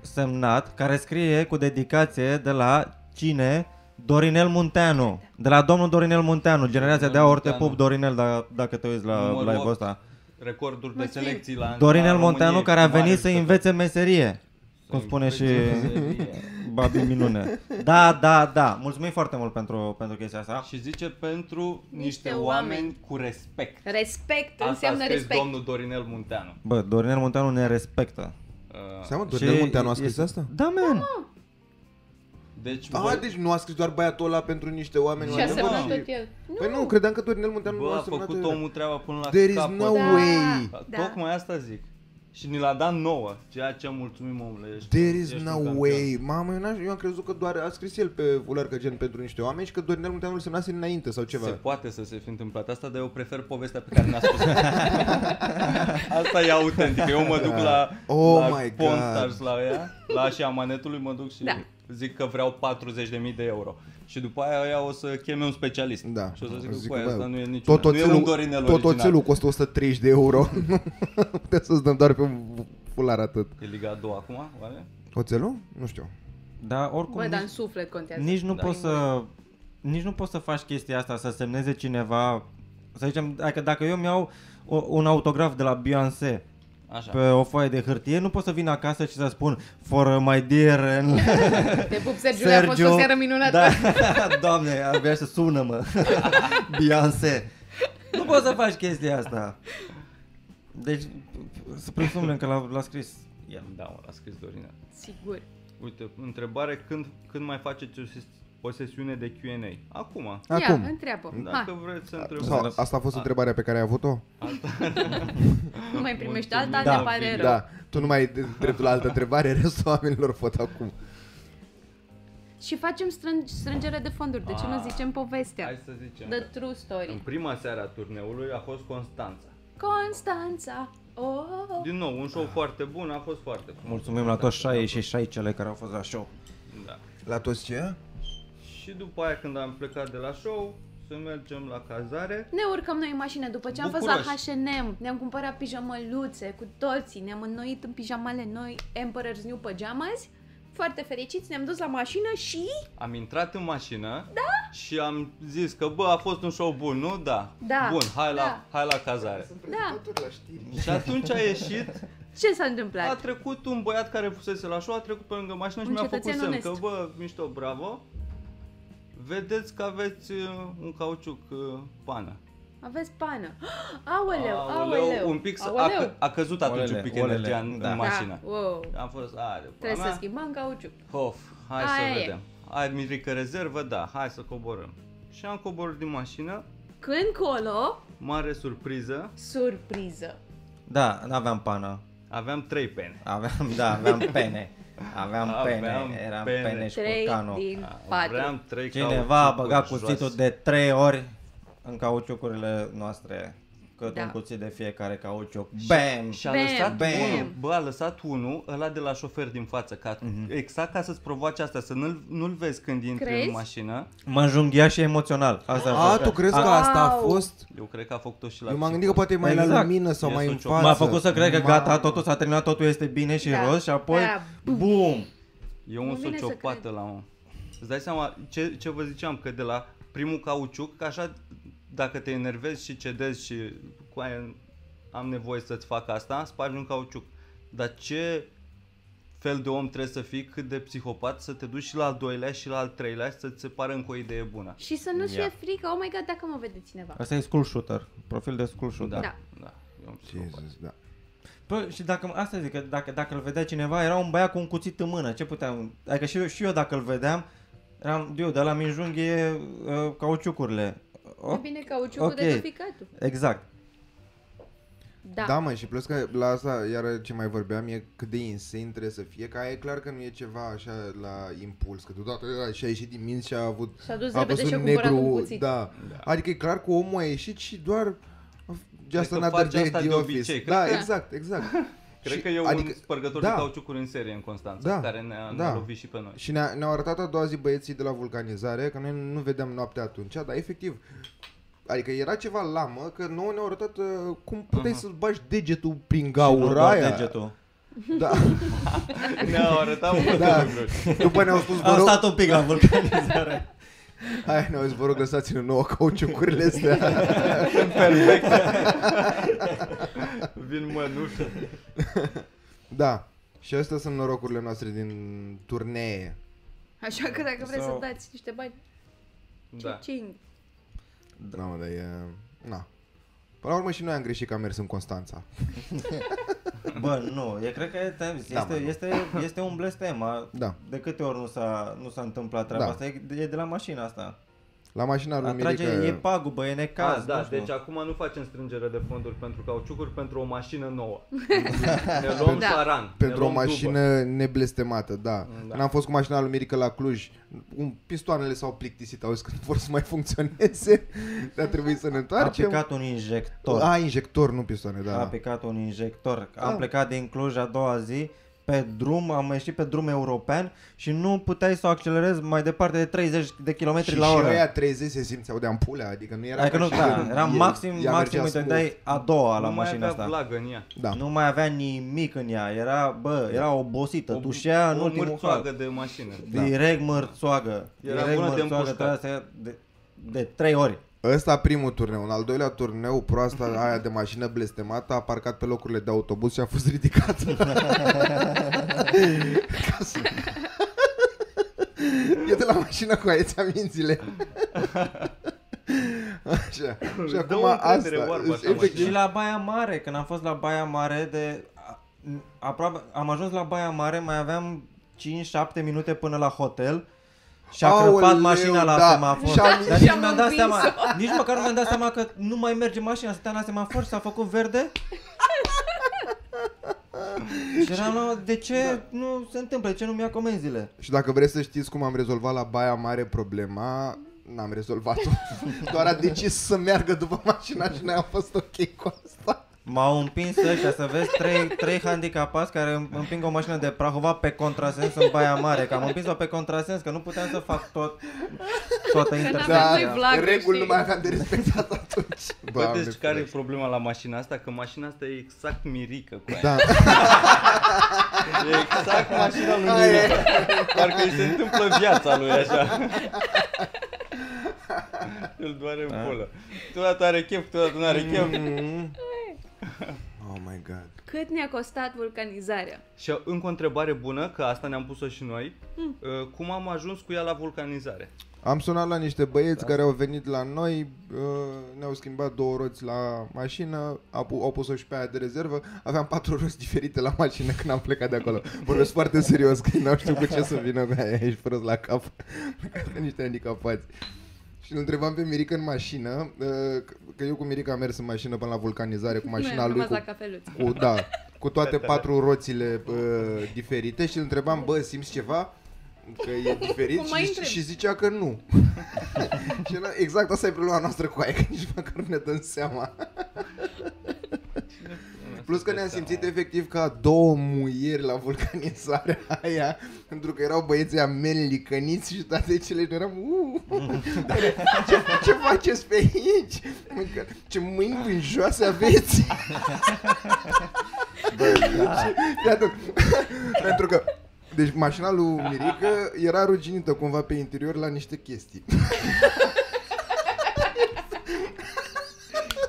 S5: semnat, care scrie cu dedicație de la cine? Dorinel Munteanu. De la domnul Dorinel Munteanu, generația de aur, te
S4: Munteanu.
S5: pup Dorinel, da, dacă te uiți la
S4: Numărul
S5: live
S4: opt.
S5: ăsta.
S4: Recorduri de
S2: Mulțumim.
S4: selecții la
S5: Dorinel
S4: la
S5: Munteanu
S4: României.
S5: care a
S4: Mare
S5: venit să
S4: jucător.
S5: învețe meserie. Cum
S4: Să
S5: spune și
S4: învețe meserie.
S5: [laughs] Babi Minune. Da, da, da. Mulțumim foarte mult pentru, pentru chestia asta.
S4: Și zice pentru niște,
S2: Niște
S4: oameni,
S2: oameni.
S4: cu respect.
S2: respect
S4: Asta
S2: înseamnă
S4: a scris
S2: respect.
S4: domnul Dorinel Munteanu.
S5: Bă, Dorinel Munteanu ne respectă.
S4: Uh,
S1: Seamă,
S5: Și
S1: Dorinel Munteanu a
S5: e-
S1: scris asta?
S5: Da, man.
S4: deci,
S5: Da,
S1: A,
S4: voi-
S1: deci nu a scris doar băiatul ăla pentru niște oameni.
S2: Și a
S4: Mă,
S1: oameni
S2: semnat
S1: și-
S2: tot el. Nu,
S1: Păi nu, credeam că Dorinel Munteanu nu
S4: Bă,
S1: a
S4: a
S1: semnat
S4: făcut
S1: el.
S4: omul treaba până la
S1: There is
S4: capăt.
S1: no
S2: Da.
S1: way.
S2: Da.
S4: Tocmai asta zic. Și ni l-a dat nouă, ceea ce mulțumim omule. Ești,
S1: There is
S4: ești un
S1: no
S4: campion.
S1: way. Mamă, eu, n-aș- eu am crezut că doar a scris el pe fular că gen pentru niște oameni și că Dorinel Munteanu îl semnase înainte sau ceva.
S4: Se poate să se fi întâmplat asta, dar eu prefer povestea pe care ne-a spus
S1: [laughs]
S4: Asta e autentică. Eu mă duc la,
S1: Oh
S4: la
S1: my God.
S4: Ponstars, la ea, la așa manetului, mă duc și
S2: Da.
S4: zic că vreau 40.000 de euro. Și după aia ăia o să cheme un specialist.
S1: Da.
S4: Și o să zic,
S1: Zic,
S4: că,
S1: bă,
S4: asta nu e nici
S1: Tot
S4: nu e un
S1: oțelul,
S4: Dorinel
S1: tot
S4: original.
S1: oțelul costă 130 de euro. [laughs] Putem să-ți dăm doar pe un fular atât.
S4: E Liga a doua acum, oare?
S1: Oțelul? Nu știu.
S5: Da, oricum
S2: Bă, dar în
S5: nici,
S2: suflet contează.
S5: nici nu
S4: Da.
S5: poți să nici nu poți să faci chestia asta, să semneze cineva, să zicem, dacă, dacă eu mi-au un autograf de la Beyoncé
S4: Așa.
S5: pe o foaie de hârtie, nu pot să vin acasă și să spun for my dear
S2: [laughs]
S5: and
S2: Te pup, Sergiu, Deci, a fost
S5: Sergio.
S2: o seară minunată.
S5: Da, [laughs] doamne, abia să sună mă. [laughs] Beyoncé. Nu poți să faci chestia asta. Deci, să presumem că l-a, l-a scris el.
S4: Da, mă, l-a scris Dorinel.
S2: Sigur.
S4: Uite, întrebare, când, când mai faceți o, ses- o sesiune de Q&A? Acum.
S1: Acum.
S2: Ia, întreabă.
S4: Dacă
S2: Hmm? Ha,
S4: vreți să
S1: Sau,
S4: întrebați.
S1: asta a fost întrebarea pe care ai avut-o? [laughs]
S2: nu mai primești
S4: Mulțumim.
S2: alta,
S5: Da,
S2: ne pare rău.
S1: [laughs] Da. Tu nu mai ai dreptul la altă întrebare, restul oamenilor pot acum.
S2: Și facem strân- strângere de fonduri. De ce nu
S4: Ah.
S2: zicem povestea?
S4: Hai să zicem.
S2: The
S4: că
S2: true story.
S4: În prima seară a turneului a fost Constanța.
S2: Constanța. Oh, oh, oh.
S4: Din nou, un show foarte bun, a fost foarte frumos.
S5: Mulțumim la toți șaie și șaicele care au fost la show.
S4: Da.
S3: La toți ce?
S4: Și după aia când am plecat de la show, să mergem la cazare.
S2: Ne urcăm noi în mașină după ce am
S4: Bucuroși.
S2: fost la H&M, ne-am cumpărat pijamăluțe cu toții, ne-am înnoit în pijamale noi Emperor's New Pajamas, foarte fericiți, ne-am dus la mașină și...
S4: Am intrat în mașină da? și am zis că bă, a fost un show bun, nu? Da.
S2: Da,
S4: Bun, hai la,
S2: da.
S4: hai la
S5: [laughs]
S4: cazare.
S1: Sunt
S2: prezentatori
S1: la știri.
S4: Și atunci a ieșit,
S2: da, Ce s-a
S4: a
S2: întâmplat?
S4: trecut un băiat care fusese la show, a trecut pe lângă mașină și
S2: Un
S4: mi-a făcut
S2: cetățean
S4: semn
S2: onest.
S4: că bă, mișto, bravo. Vedeți că aveți uh, un cauciuc uh, pană.
S2: Aveți pană. [gasps] Aoleu, aoleu, aoleu.
S4: un pic s- a,
S2: aoleu.
S4: a, căzut atunci
S5: Olele,
S4: un pic
S5: olele,
S4: energia în,
S5: da.
S4: în mașină.
S2: Da, wow.
S4: Am fost, are,
S2: Trebuie
S4: mea.
S2: să schimbăm cauciuc.
S4: Hof, hai
S2: Aia
S4: să
S2: e.
S4: vedem. Ai mică rezervă? Da, hai să coborăm. Și am coborât din mașină,
S2: Când colo,
S4: mare surpriză,
S2: surpriză.
S5: Da, n-aveam pană.
S4: aveam trei pene.
S5: Aveam, da, aveam pene. Aveam,
S4: Aveam
S5: pene, eram
S4: pene.
S5: pene, și
S2: Trei
S5: curcanul.
S2: din patru.
S4: Aveam trei
S5: Da, Cineva a
S4: cauciucuri
S5: băgat
S4: jos.
S5: cuțitul de trei ori în cauciucurile noastre. Cât
S2: Da.
S5: un cuțit de fiecare cauciuc. Bam!
S4: Și a
S2: Bam,
S4: lăsat
S5: bam.
S4: unul, bă, a lăsat unul, ăla de la șofer din față, ca,
S5: Mhm.
S4: exact ca să-ți provoace asta, să nu-l, nu-l vezi când intri
S2: Crezi?
S4: în mașină.
S5: Mă junghia și emoțional. Asta a
S1: A,
S5: fost.
S1: tu crezi că
S5: A-
S1: asta a
S2: Wow.
S1: fost?
S4: Eu cred că a făcut-o și la
S1: Eu m-am
S4: psiholog.
S1: gândit că poate e mai la
S5: Exact.
S1: lumină sau
S4: E
S1: mai în
S4: sociopat.
S1: față.
S4: față.
S5: M-a făcut să cred că gata,
S1: Mamă.
S5: totul s-a terminat, totul este bine și
S2: Da.
S5: roz și apoi
S2: Da, bum.
S5: bum.
S4: E un
S2: Nu vine să
S4: sociopat
S2: cred.
S4: la om. Îți dai seama ce, ce vă ziceam, că de la primul cauciuc, că așa dacă te enervezi și cedezi și cu aia am nevoie să-ți fac asta, spargi un cauciuc. Dar ce fel de om trebuie să fii cât de psihopat să te duci și la al doilea și la al treilea și să-ți se pară încă o idee bună.
S2: Și să nu-ți
S5: Ia.
S2: fie frică, oh my god, dacă mă vede cineva.
S5: Asta e school shooter, profil de school shooter.
S2: Da.
S4: da e un psihopat.
S1: Jesus, da.
S5: Păi, și dacă, asta zic, că dacă, dacă îl vedea cineva, era un băiat cu un cuțit în mână, ce puteam, adică și eu, și eu dacă îl vedeam, eram, eu, de la minjunghie uh, cauciucurile.
S2: E
S5: Oh,
S2: bine cauciucul
S5: ok.
S2: de toficatul.
S5: exact.
S2: Da.
S1: Da, mă, și plus că la asta, iar ce mai vorbeam, e cât de insane trebuie să fie, că aia e clar că nu e ceva așa la impuls, că deodată ăla și-a ieșit din minți și a avut,
S2: Și-a dus
S1: a
S2: repede
S1: văzut
S2: și-a cumpărat un
S1: negru,
S2: cuțit.
S1: da. Adică e clar că omul a ieșit și doar just
S4: că
S1: another
S4: face
S1: day
S4: asta
S1: at the
S4: de
S1: office.
S4: obicei, cred
S1: da,
S4: că-
S1: exact, exact.
S4: [laughs] Cred
S1: Și-
S4: că e un
S1: adică-
S4: spărgător
S1: da.
S4: de cauciucuri în serie în Constanța,
S1: Da.
S4: care ne-a,
S1: Da.
S4: ne-a lovit și pe
S1: [laughs]
S4: noi.
S1: Și ne-a, ne-au arătat a doua zi băieții de la vulcanizare, că noi nu vedeam noaptea atunci, dar efectiv, adică era ceva lamă, că nouă ne-au arătat uh, cum puteai
S4: Mhm.
S1: uh-huh. să-ți bagi degetul prin
S5: Și nu
S1: gaura
S5: doar
S1: aia.
S5: degetul.
S1: Da,
S4: Ne-au arătat multe
S1: Da.
S4: lucruri.
S1: [laughs] după ne-au spus, vă
S5: Am
S1: rog,
S5: stat un pic la
S1: [laughs]
S5: vulcanizare.
S1: hai, ne-au zis, vă rog, lăsați-ne nouă cauciucurile astea.
S5: [laughs]
S4: Perfect. Vin mănușă.
S1: da, și astea sunt norocurile noastre din turnee.
S2: Așa că dacă vreți
S5: Sau-
S2: să dați niște bani,
S4: Da.
S2: cing.
S1: Da, mă, dar e... Na. Până la urmă și noi am greșit că am mers în Constanța.
S5: Bă, nu, e, cred că e, este,
S1: Da, mă,
S5: este,
S1: nu.
S5: este, este un blestem. a-
S1: Da.
S5: De câte ori nu s-a, nu s-a întâmplat treaba
S1: Da.
S5: asta? E, e de la mașina asta.
S1: La mașina lui
S5: Atrage,
S1: Mirica-
S5: e pagubă, e necaz.
S4: Ah, da,
S5: nu știu.
S4: deci acum nu facem strângere de fonduri pentru cauciucuri, pentru o mașină nouă. ne luăm
S2: Da.
S4: șaran. ne
S1: Pentru o
S4: luăm dubă.
S1: mașină neblestemată, da. da. Când am fost cu mașina lui Mirica la Cluj, un, pistoanele s-au plictisit, au zis că nu vor să mai funcționeze, [laughs] dar trebuie să ne
S5: A
S1: întoarcem.
S5: picat un injector.
S1: A, injector, nu pistoane, da.
S5: A
S1: da.
S5: picat un injector.
S1: Da.
S5: Am plecat din Cluj a doua zi pe drum, am ieșit pe drum european și nu puteai să o accelerezi mai departe de 30 de km
S1: Și
S5: la
S1: și
S5: oră.
S1: ăia 30 se simțeau de ampulea, adică nu era
S5: Adică
S1: ca
S5: nu,
S1: și
S5: da,
S1: când
S5: era
S1: el-
S5: maxim,
S1: ea
S5: maxim,
S1: mergea
S5: uite,
S1: smooth.
S5: dai a doua la
S4: nu mai
S5: mașina
S4: avea
S5: asta.
S4: vlag în ea.
S1: Da.
S5: Nu mai avea nimic în ea, era, bă, era obosită, tușea în
S4: o
S5: ultimul
S4: mârțoagă
S5: hal.
S4: de mașină.
S1: Da.
S5: Direct mărțoagă.
S4: Era
S5: direct
S4: bună de
S5: mărțoagă,
S4: împușcat.
S5: trebuia să ia de, de trei ori.
S1: Ăsta primul turneu, un al doilea turneu, proasta aia de mașină blestemată a parcat pe locurile de autobuz și a fost
S5: [laughs]
S1: ridicată. Ca să- E de la mașină cu aia, ți-am
S4: [laughs]
S1: mințile. Așa. Și
S4: Îți dă
S1: acum
S4: o
S1: asta.
S4: încredere oarbă asta,
S1: Efectiv,
S5: Și la Baia Mare, când am fost la Baia Mare de a- n- aproape am ajuns la Baia Mare, mai aveam 5-7 minute până la hotel. Și a
S1: Aoleu,
S5: crăpat mașina la
S1: da.
S5: semafor.
S1: Și am-
S5: Dar
S2: și
S5: nici
S2: am
S5: mi-am dat
S2: împins-o.
S5: seama, nici măcar nu mi-am dat
S1: [laughs]
S5: seama că nu mai merge mașina, stătea la semafor și s-a făcut verde. Și eram la, de ce da. nu se întâmplă? De ce nu-mi ia comenzile?
S1: Și dacă vreți să știți cum am rezolvat la Baia Mare problema, n-am rezolvat-o. Doar a decis să meargă după mașina și noi am fost ok cu asta.
S5: M-au împins ăștia să vezi trei, trei handicapați care îm- împing o mașină de Prahova pe contrasens în Baia Mare. Că am împins-o pe contrasens, că nu puteam să fac tot, toată
S2: n-aveam
S5: intersecția.
S2: noi Vlad,
S1: reguli nu
S2: știi.
S1: mai aveam de respectat atunci.
S4: Bă,
S1: Doamne
S4: deci care e
S1: ferește.
S4: problema la mașina asta? Că mașina asta e exact
S5: [laughs]
S4: mirică cu aia.
S1: Da.
S4: E exact mașina lui Mirica. Parcă îi se întâmplă viața lui
S5: [laughs]
S4: așa. Îl doare în
S5: Da.
S4: pulă. Câteodată are chef, câteodată nu are chef.
S5: Mm.
S1: Oh my god.
S2: Cât ne-a costat vulcanizarea?
S4: Și încă o întrebare bună, că asta ne-am pus-o și noi.
S2: Hmm.
S4: Uh, Cum am ajuns cu ea la vulcanizare?
S1: Am sunat la niște băieți da. care au venit la noi, uh, ne-au schimbat două roți la mașină, au pu- au pus-o și pe aia de rezervă, aveam patru [laughs] roți diferite la mașină când am plecat de acolo. Vorbesc foarte serios, că n-au știut cu ce să vină cu aia, ești prost la cap, [laughs] ca niște handicapați. Și îl întrebam pe Mirica în mașină, uh, că- că eu cu Mirica am mers în mașină până la vulcanizare
S2: [laughs]
S1: cu
S2: Noi
S1: mașina
S2: am
S1: lui,
S2: rămas
S1: cu
S2: la cafeluț.
S1: cu, da, cu toate patru roțile uh, diferite și îl întrebam, bă, simți ceva? Că
S2: [laughs]
S1: e diferit
S2: Cum mai
S1: și,
S2: întrebi?
S1: și zicea că nu. [laughs] și era, exact asta e problema noastră cu aia, că nici măcar nu ne dăm seama. Plus că ne-am simțit efectiv ca două muieri la vulcanizarea [laughs] aia, pentru că erau băieții amelicăniți și toate cele și noi eram,
S5: [laughs]
S1: "Uh, [laughs] ce, ce faceți pe aici? Mâncă- Ce mâini vânjoase aveți?
S5: [laughs]
S1: da.
S5: da.
S1: Fii atent. [laughs] Pentru că deci mașina lui Mirica era ruginită cumva pe interior la niște chestii. [laughs]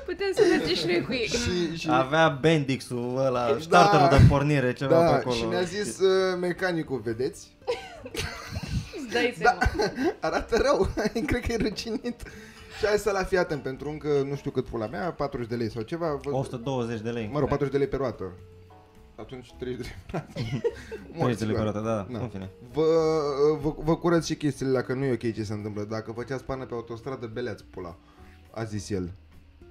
S2: Putem să mergem și noi cu
S1: [laughs]
S2: ei.
S1: și, și,
S5: Avea Bendix-ul ăla, starterul de pornire, ceva pe
S1: da,
S5: acolo.
S1: și ne-a zis uh, mecanicul, vedeți?
S2: Îți dai seama.
S1: Da. Arată rău, [laughs] cred că e ruginit. Și hai să la fii atent, pentru încă nu știu cât pula mea, 40 de lei sau ceva. vă-
S5: 120 de lei.
S1: Mă rog, 40 de lei pe roată. Atunci 30 de lei pe
S5: [laughs]
S1: roată. Morți,
S5: 30 de lei pe
S1: bă.
S5: roată, da, da,
S1: Da.
S5: în fine.
S1: Vă, vă, vă curăț și chestiile dacă nu e ok ce se întâmplă. Dacă făceați pană pe autostradă, beleați pula. A zis el.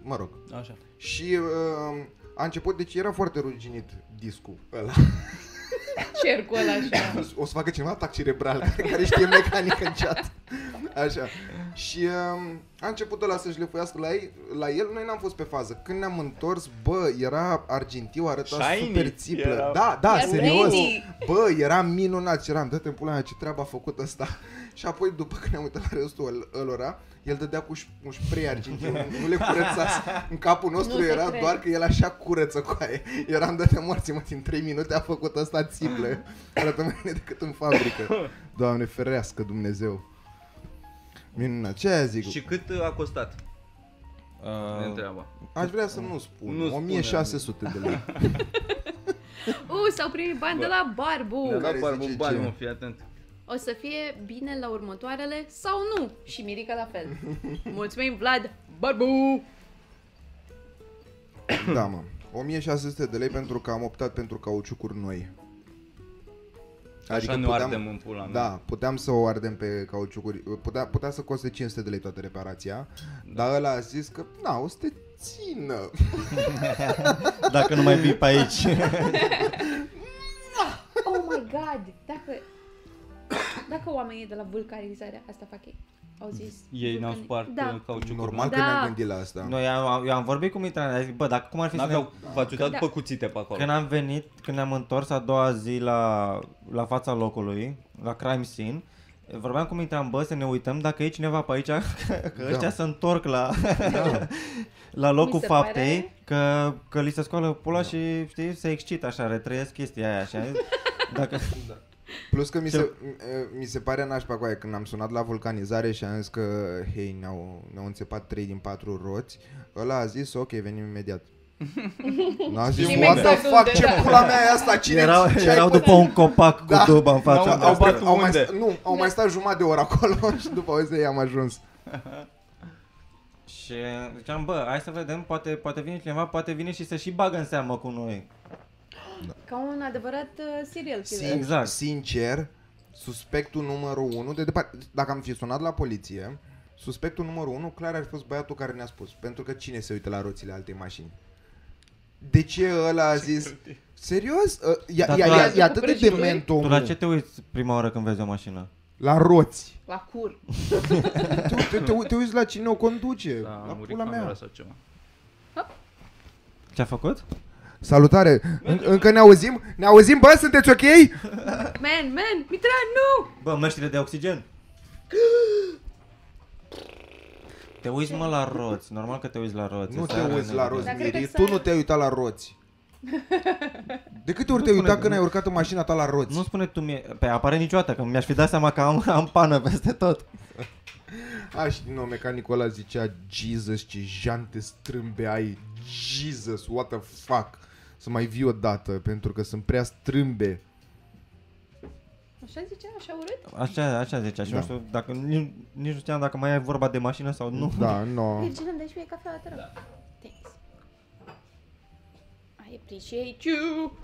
S1: Mă rog.
S4: Așa.
S1: Și uh, a început, deci era foarte ruginit discul ăla.
S2: Cercul ăla așa.
S1: [coughs] O să facă cineva atac cerebral [laughs] care știe mecanică în chat. Așa. Și uh, a început ăla să-și lefuiască la, ei, la el. Noi n-am fost pe fază. Când ne-am întors, bă, era argintiu, arăta
S4: Shiny.
S1: super țiplă.
S4: Era-
S1: Da, da,
S2: Era
S1: serios.
S2: shiny.
S1: Bă, era minunat și eram, dă-te în pula mea, ce treabă a făcut ăsta. Și apoi, după când ne-am uitat la restul ăl- ălora, el dădea cu ș- un spray argintiu, nu le curăța. În capul nostru
S2: Nu te
S1: era
S2: cred.
S1: doar că el așa curăță cu aia. Eram dă-te morții, mă, din 3 minute a făcut ăsta țiplă. Arată mai bine decât în fabrică. Doamne ferească Dumnezeu. Minunat. Ce aia zic?
S4: Și cât uh, a costat? Ne
S5: Uh,
S4: întreabă.
S1: Aș vrea să nu spun.
S4: Nu spune.
S1: 1600 de lei.
S2: U, Uh, s-au primit bani de la
S4: Ne-a
S2: Barbu.
S1: care
S4: dat bani,
S1: zice
S4: un bani,
S1: ce? Adică
S4: mă, fii atent.
S2: O să fie bine la următoarele sau nu? Și Mirica la fel. Mulțumim, Vlad! Barbu!
S1: Da, mă. 1600 de lei pentru că am optat pentru cauciucuri noi.
S4: Adică Așa nu ardem în pula mea.
S1: Da, puteam să o ardem pe cauciucuri. Putea, putea să coste 500 de lei toată reparația, da. dar ăla a zis că, na, o să te țină.
S5: Uh, dacă nu mai vii pe aici.
S2: Oh my god! Dacă... Dacă oamenii de la vulcanizarea asta fac ei, au zis...
S4: Ei ne-au
S2: vulcani-
S4: spart
S2: Da,
S4: uh, cauciucul.
S1: Normal că
S2: Da.
S1: ne-am gândit la asta.
S5: Noi am, eu am vorbit cu Mitran, a zis, bă, dacă cum ar fi să ne...
S4: N-aveau, v-ați uitat
S2: Da.
S4: pe cuțite pe acolo.
S5: Când am venit, când ne-am întors a doua zi la, la fața locului, la crime scene, vorbeam cu Mitran, bă, să ne uităm dacă e cineva pe aici, [laughs] că
S1: Da.
S5: ăștia se întorc la, [laughs] la locul
S2: Mi se pare-
S5: faptei, că, că li se scoală pula
S1: Da.
S5: și, știi, se excită așa, retrăiesc chestia
S2: [laughs]
S5: aia și am zis, dacă...
S2: Deci,
S1: Plus că mi se, mi se pare nașpa cu aia când am sunat la vulcanizare și am zis că, hei, ne-au, ne-au înțepat 3 din 4 roți, ăla a zis, ok, venim imediat. N-a zis,
S2: Știm
S1: what the
S2: exact
S1: fuck,
S2: unde,
S1: ce
S2: da."
S1: pula mea e asta? Cine,
S5: erau
S1: ce ai
S5: erau
S1: pus-
S5: după un copac
S1: Da.
S5: cu duba în fața.
S1: Au, au,
S5: noastră.
S1: stat,
S4: bătut
S1: au, mai,
S4: unde?
S1: sta- nu, au mai stat jumătate de oră acolo [laughs] și după o zi am ajuns.
S5: Și ziceam, bă, hai să vedem, poate, poate vine cineva, poate vine și să și bagă în seamă cu noi.
S2: Ca un adevărat uh, serial killer.
S1: Sin-
S5: Exact.
S1: Sincer, suspectul numărul 1, de departe, dacă am fi sunat la poliție, suspectul numărul 1 clar ar fi fost băiatul care ne-a spus. Pentru că cine se uită la roțile altei mașini? de ce ăla a zis... Serios? Ă, E,
S5: Dar
S1: e,
S5: tu
S1: e,
S5: la-
S1: e atât de
S2: cu prăjituri?
S1: dement
S5: Tu
S1: omul.
S5: la ce te uiți prima oară când vezi o mașină?
S1: La roți.
S2: La cur.
S1: Tu te, te, te uiți la cine o conduce.
S4: Da, a
S1: la
S4: murit
S1: pula
S4: camera
S1: mea.
S4: sau ceva.
S5: Ce-a făcut?
S1: Salutare. În, încă ne auzim? Ne auzim, bă? Sunteți ok?
S2: Man, man, Mitran, nu!
S5: Bă, măștile de oxigen. Te uiți mă la roți, normal că te uiți la roți.
S1: Nu
S5: Asta
S1: te
S5: are
S1: uiți la
S5: nevoie.
S1: roți,
S2: Dar cred că
S1: Miri.
S2: s-a-
S1: Tu nu te-ai uitat la roți. De câte ori
S5: Nu
S1: te-ai
S5: spune-
S1: uitat când
S5: nu-
S1: ai urcat în mașina ta la roți?
S5: Nu spune tu mie, pe apare niciodată, că mi-aș fi dat seama că am, am pană peste tot.
S1: A, și nu, mecanicul ăla zicea Jesus, ce jante strâmbe ai Jesus, what the fuck Să mai vii odată, pentru că sunt prea strâmbe
S2: Așa zicea, așa urât?
S5: Așa, așa zicea și
S1: Da.
S5: nu știu dacă, nici, nici nu știam dacă mai e vorba de mașină sau nu.
S1: Da,
S5: Oh.
S1: no
S2: Virgil, îmi dai și mie cafea, te rog.
S4: Da.
S2: Thanks. I appreciate you.
S5: [laughs]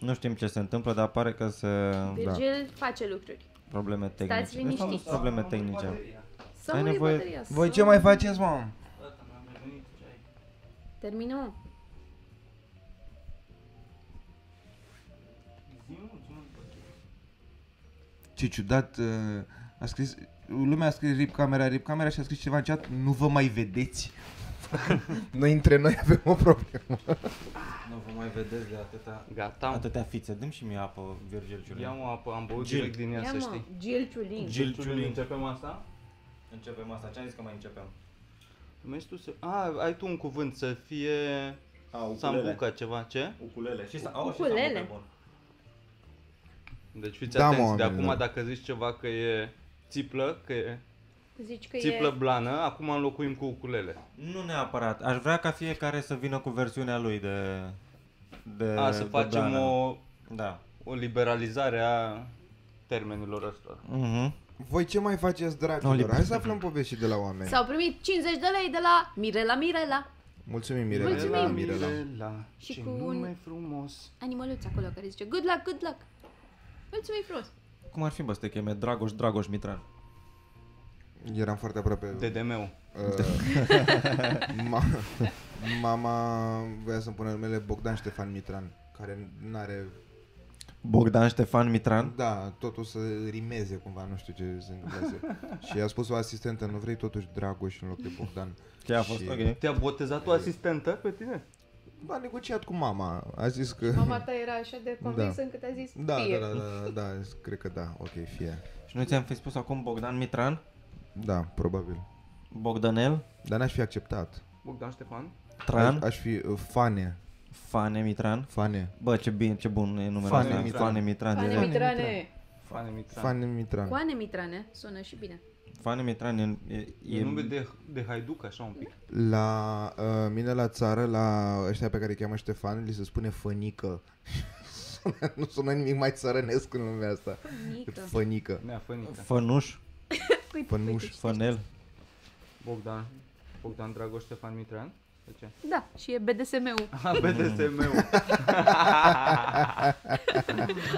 S5: Da. Nu știm ce se întâmplă, dar pare că se
S2: Virgil face lucruri.
S5: probleme tehnice. De fapt, nu
S2: liniștiți.
S5: sunt probleme tehnice.
S2: Să
S5: Ai
S2: muri
S5: nevoie-
S2: bateria. să-
S1: faceți, mă?
S2: Terminăm.
S1: Ce ciudat uh, A scris, lumea a scris rip camera, rip camera și a scris ceva în chat Nu vă mai vedeți Noi între noi avem o problemă
S5: Nu vă mai vedeți de atâta...
S4: Gata.
S5: Atâtea fițe, dăm și mie apă, Virgil
S4: Ia
S5: Ciurin.
S4: mă apă, am băut
S5: Gil.
S4: direct din ea,
S2: Ia
S4: să
S2: mă,
S4: știi.
S2: Gil Ciulin.
S5: Gil Ciulin.
S4: Începem asta?
S5: Începem asta, ce-am zis că mai începem?
S4: Mergi tu să... A, ai tu un cuvânt, să fie...
S5: Au,
S4: Sambuca ceva, ce?
S5: Uculele. Și, sa-
S2: au, și Uculele. sambuca e bun.
S4: Deci fiți
S1: Da, mă,
S4: atenți, de
S1: oameni,
S4: acum
S1: da.
S4: dacă zici ceva că e țiplă, că e
S2: Zici că
S4: țiplă
S2: Păi e...
S4: blană, acum înlocuim cu uculele.
S5: Nu neapărat. Aș vrea ca fiecare să vină cu versiunea lui de... de
S4: A, să
S5: de
S4: facem
S5: bană.
S4: o,
S5: Da.
S4: o liberalizare a termenilor ăstora.
S5: Mhm.
S1: Voi ce mai faceți, dragilor?
S5: Oliver.
S1: Hai să aflăm povești și de la oameni
S2: S-au primit 50 de lei de la Mirela Mirela.
S1: Mulțumim, Mirela
S2: Mulțumim.
S1: Mirela.
S4: Mirela,
S2: Și
S4: ce
S2: cu un-
S4: nume frumos.
S2: Animăluț acolo care zice good luck, good luck. Mulțumim frumos.
S5: Cum ar fi, bă, să te cheme Dragoș, Dragoș Mitran?
S1: Eram foarte aproape
S4: DDM-ul.
S1: Da. ma, mama voia să-mi pună numele Bogdan Ștefan Mitran, care n-are...
S5: Bogdan Ștefan Mitran?
S1: Da, totul să rimeze cumva, nu știu ce se întâmplase. și i-a spus o asistentă, nu vrei totuși Dragoș în loc de Bogdan?
S5: Ce a fost,
S1: Și-
S5: ok.
S4: Te-a botezat o asistentă pe tine?
S1: A negociat cu mama, a zis că...
S2: Mama ta era așa de convinsă
S1: Da.
S2: încât a zis
S1: Da,
S2: fie.
S1: da, da, da, da, da, cred că da, ok, fie.
S5: Și noi ți-am fi spus acum Bogdan Mitran?
S1: Da, probabil.
S5: Bogdanel?
S1: Dar n-aș fi acceptat.
S4: Bogdan Ștefan?
S5: Tran?
S1: Aș, aș fi uh, fane,
S5: Fane Mitran?
S1: fane,
S5: Bă, ce bine, ce bun e numele
S1: Fane
S5: ăsta.
S1: Mitran.
S5: Fane Mitran.
S2: Coane
S5: direct.
S2: Mitrane.
S4: Fane Mitran.
S1: fane Mitran.
S2: Coane Mitrane. Sună și bine.
S5: Fane Mitran e... e,
S4: E
S5: e
S4: nume de, de haiduc, așa un pic.
S1: La uh, mine la țară, la ăștia pe care îi cheamă Ștefan, li se spune fănică. [laughs] Sună- nu sună nimic mai țărănesc în lumea asta
S2: Mică.
S1: decât fănică.
S4: Nea Fănică.
S5: Fănuș?
S2: Păi,
S1: Fănuș.
S2: uite,
S5: Fănel?
S4: Bogdan. Bogdan Dragoș Ștefan Mitran. De ce? [laughs]
S2: Da, și e BDSM-ul.
S4: A, BDSM-ul.
S1: [laughs]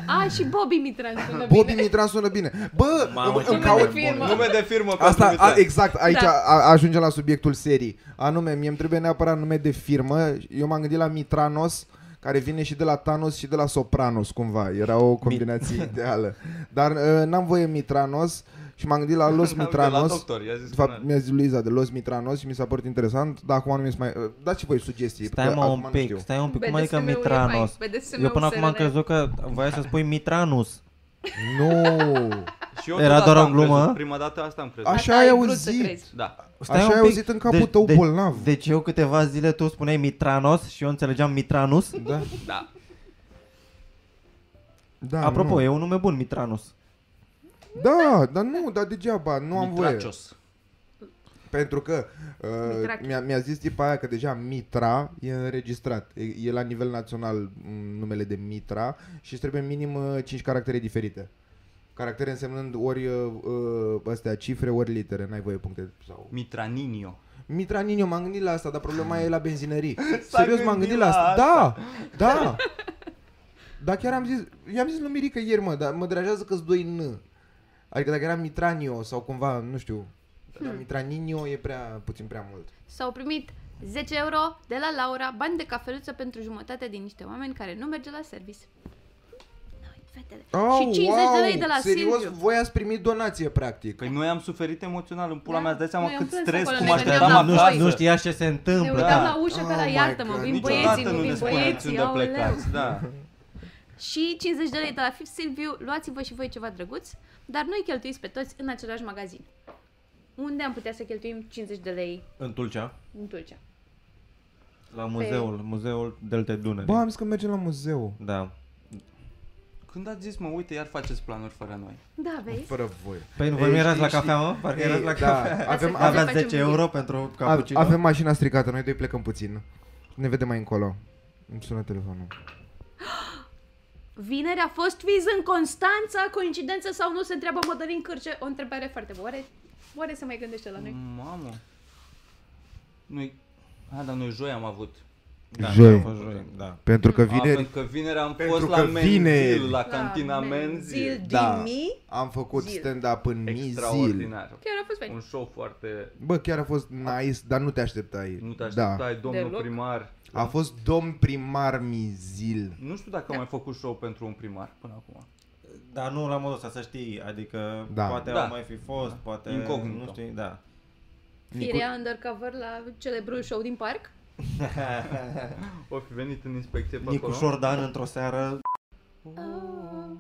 S2: A, și Bobby Mitran sună
S1: Bobby
S2: bine.
S1: Mitran sună bine. Bă,
S5: Mamă,
S1: îmi-
S5: ce
S1: îmi
S5: nume
S1: caut...
S2: de firmă.
S4: Nume de firmă
S1: Asta,
S4: pentru
S1: a,
S4: Mitran.
S1: exact, aici
S2: Da.
S1: a, ajungem la subiectul serii. Anume, mie îmi trebuie neapărat nume de firmă. Eu m-am gândit la Mitranos, care vine și de la Thanos și de la Sopranos, cumva. Era o combinație ideală. Dar uh, n-am voie Mitranos și m-am gândit la Los
S4: De la
S1: Mitranos.
S4: doctor, i-a zis
S1: De
S4: că
S1: fapt,
S4: n-are.
S1: mi-a zis Luiza de Los Mitranos și mi s-a părut interesant, dar acum nu mi se mai... uh, Dați și voi sugestii,
S5: Stai
S1: că
S5: mă
S1: acum
S5: un
S1: nu
S5: pic,
S1: știu.
S5: stai un pic, cum
S2: BDSM-ul
S5: adică
S2: e fain,
S5: Mitranos?
S2: BDSM-ul
S5: Eu până acum am
S2: SRN.
S5: crezut că voiai să spui Mitranus.
S1: Nu!
S4: Și eu
S5: Era
S4: tot
S5: doar
S4: asta
S5: o
S4: am
S5: glumă?
S4: Crezut. Prima dată asta am crezut.
S1: Așa
S2: Asta
S1: ai
S2: ai vrut
S1: auzit.
S2: să crezi.
S4: Da.
S1: Așa ai auzit în capul tău bolnav.
S5: Deci eu câteva zile tu spuneai Mitranos și eu înțelegeam Mitranus.
S1: Da?
S4: Da.
S1: da
S5: Apropo,
S1: nu.
S5: e un nume bun, Mitranus.
S1: Da, dar nu, dar degeaba, nu am voie.
S4: Mitracios.
S1: Pentru că uh,
S2: Mitrache.
S1: mi-a, mi-a zis tipa aia că deja Mitra e înregistrat. E, e la nivel național m, numele de Mitra și îți trebuie minim uh, 5 caractere diferite. Caractere însemnând ori uh, uh, astea cifre, ori litere, n-ai voie puncte sau...
S4: Mitraninio.
S1: Mitra Nino, m-am gândit la asta, dar problema e la
S2: [laughs]
S1: benzinării.
S4: S-a
S1: Serios, m-am
S4: gândit
S1: gândit la
S4: la
S1: asta. Da,
S4: asta.
S1: da. [laughs] Dar chiar am zis, i-am zis lui Mirica ieri, mă, dar mă deranjează că-s doi N. Adică dacă era
S2: Hmm.
S1: Mitranio sau cumva, nu știu, dar Mitraninio e prea, puțin prea mult.
S2: S-au primit 10 euro de la Laura, bani de cafeluță pentru jumătate din niște oameni care nu merge la service. Noi, fetele. și 50 de lei de la
S1: Oh, serios,
S2: Silviu.
S1: voi ați primit donație, practic.
S4: Păi noi am suferit emoțional în pula
S2: Da.
S4: mea, îți dai seama
S2: Noi am
S4: cât
S2: plâns
S4: stres,
S2: acolo,
S4: cum
S2: ne
S4: așteptam
S2: veneam la
S4: acasă.
S5: Nu, nu știa ce se
S2: Ne
S5: întâmplă.
S2: uitam
S4: da.
S2: la ușă pe
S1: Oh
S2: la
S1: my
S2: iartă-mă,
S1: God,
S2: vin băieții,
S4: Niciodată
S2: nu
S4: nu ne
S2: vin
S4: spuneați
S2: băieții,
S4: unde
S2: aoleu.
S4: plecați, da.
S2: Și 50 de lei de la Fif Silviu, luați-vă și voi ceva drăguț, dar nu-i cheltuiți pe toți în același magazin. Unde am putea să cheltuim 50 de lei
S5: În Tulcea,
S2: în Tulcea?
S5: la muzeul, muzeul Delte
S1: Bă,
S5: Dunării.
S1: am zis că mergem la muzeu.
S5: Da.
S4: Când ați zis, mă, uite, iar faceți planuri fără noi.
S2: Da, vezi?
S1: Fără voi.
S5: Păi nu, voi
S1: Ei,
S5: nu erați la
S1: știi,
S5: cafea, mă? Parcă
S1: Ei,
S5: erați la
S1: da,
S5: cafea.
S1: Avem,
S2: Asta e-
S1: avem,
S5: Aveați
S2: facem
S5: 10
S2: bine.
S5: euro pentru cappuccino?
S1: avem mașina stricată, noi doi plecăm puțin. Ne vedem mai încolo. Îmi sună telefonul.
S2: Vineri a fost viz în Constanța, coincidență sau nu, se întreabă Mădălin Cârce. O întrebare foarte bună. Oare, oare se mai gândește la noi?
S4: Mamă. Noi... A, dar noi joi am avut.
S5: Da,
S1: Joi.
S5: a fost joi, da.
S1: Pentru că
S4: A,
S1: vineri
S4: pentru că vineri am
S1: Pentru
S4: fost
S1: că
S4: la
S1: vineri.
S4: Menzil, la cantina
S2: La Menzil
S4: Menzil.
S2: din
S1: da,
S2: Mi?
S1: am făcut
S2: Zil.
S1: stand-up în Mizil.
S4: Extraordinar.
S2: Chiar a fost bine.
S4: Un show foarte...
S1: Bă, chiar a fost nice, dar nu te așteptai.
S4: Nu te așteptai, domnul
S2: Deloc.
S4: primar.
S1: Da. A fost domn primar Mizil.
S4: Nu știu
S2: Da.
S4: dacă am mai făcut show pentru un primar până acum.
S5: Dar nu la modul ăsta, să știi, adică
S1: Da.
S5: poate
S4: Da.
S5: au mai fi fost, poate
S4: Incognito.
S5: nu știi, da.
S2: Firea undercover la celebrul show din parc? Ah.
S4: O fi venit în inspecție pe
S5: Nicu
S4: acolo.
S5: Șordan într-o seară
S2: Oh,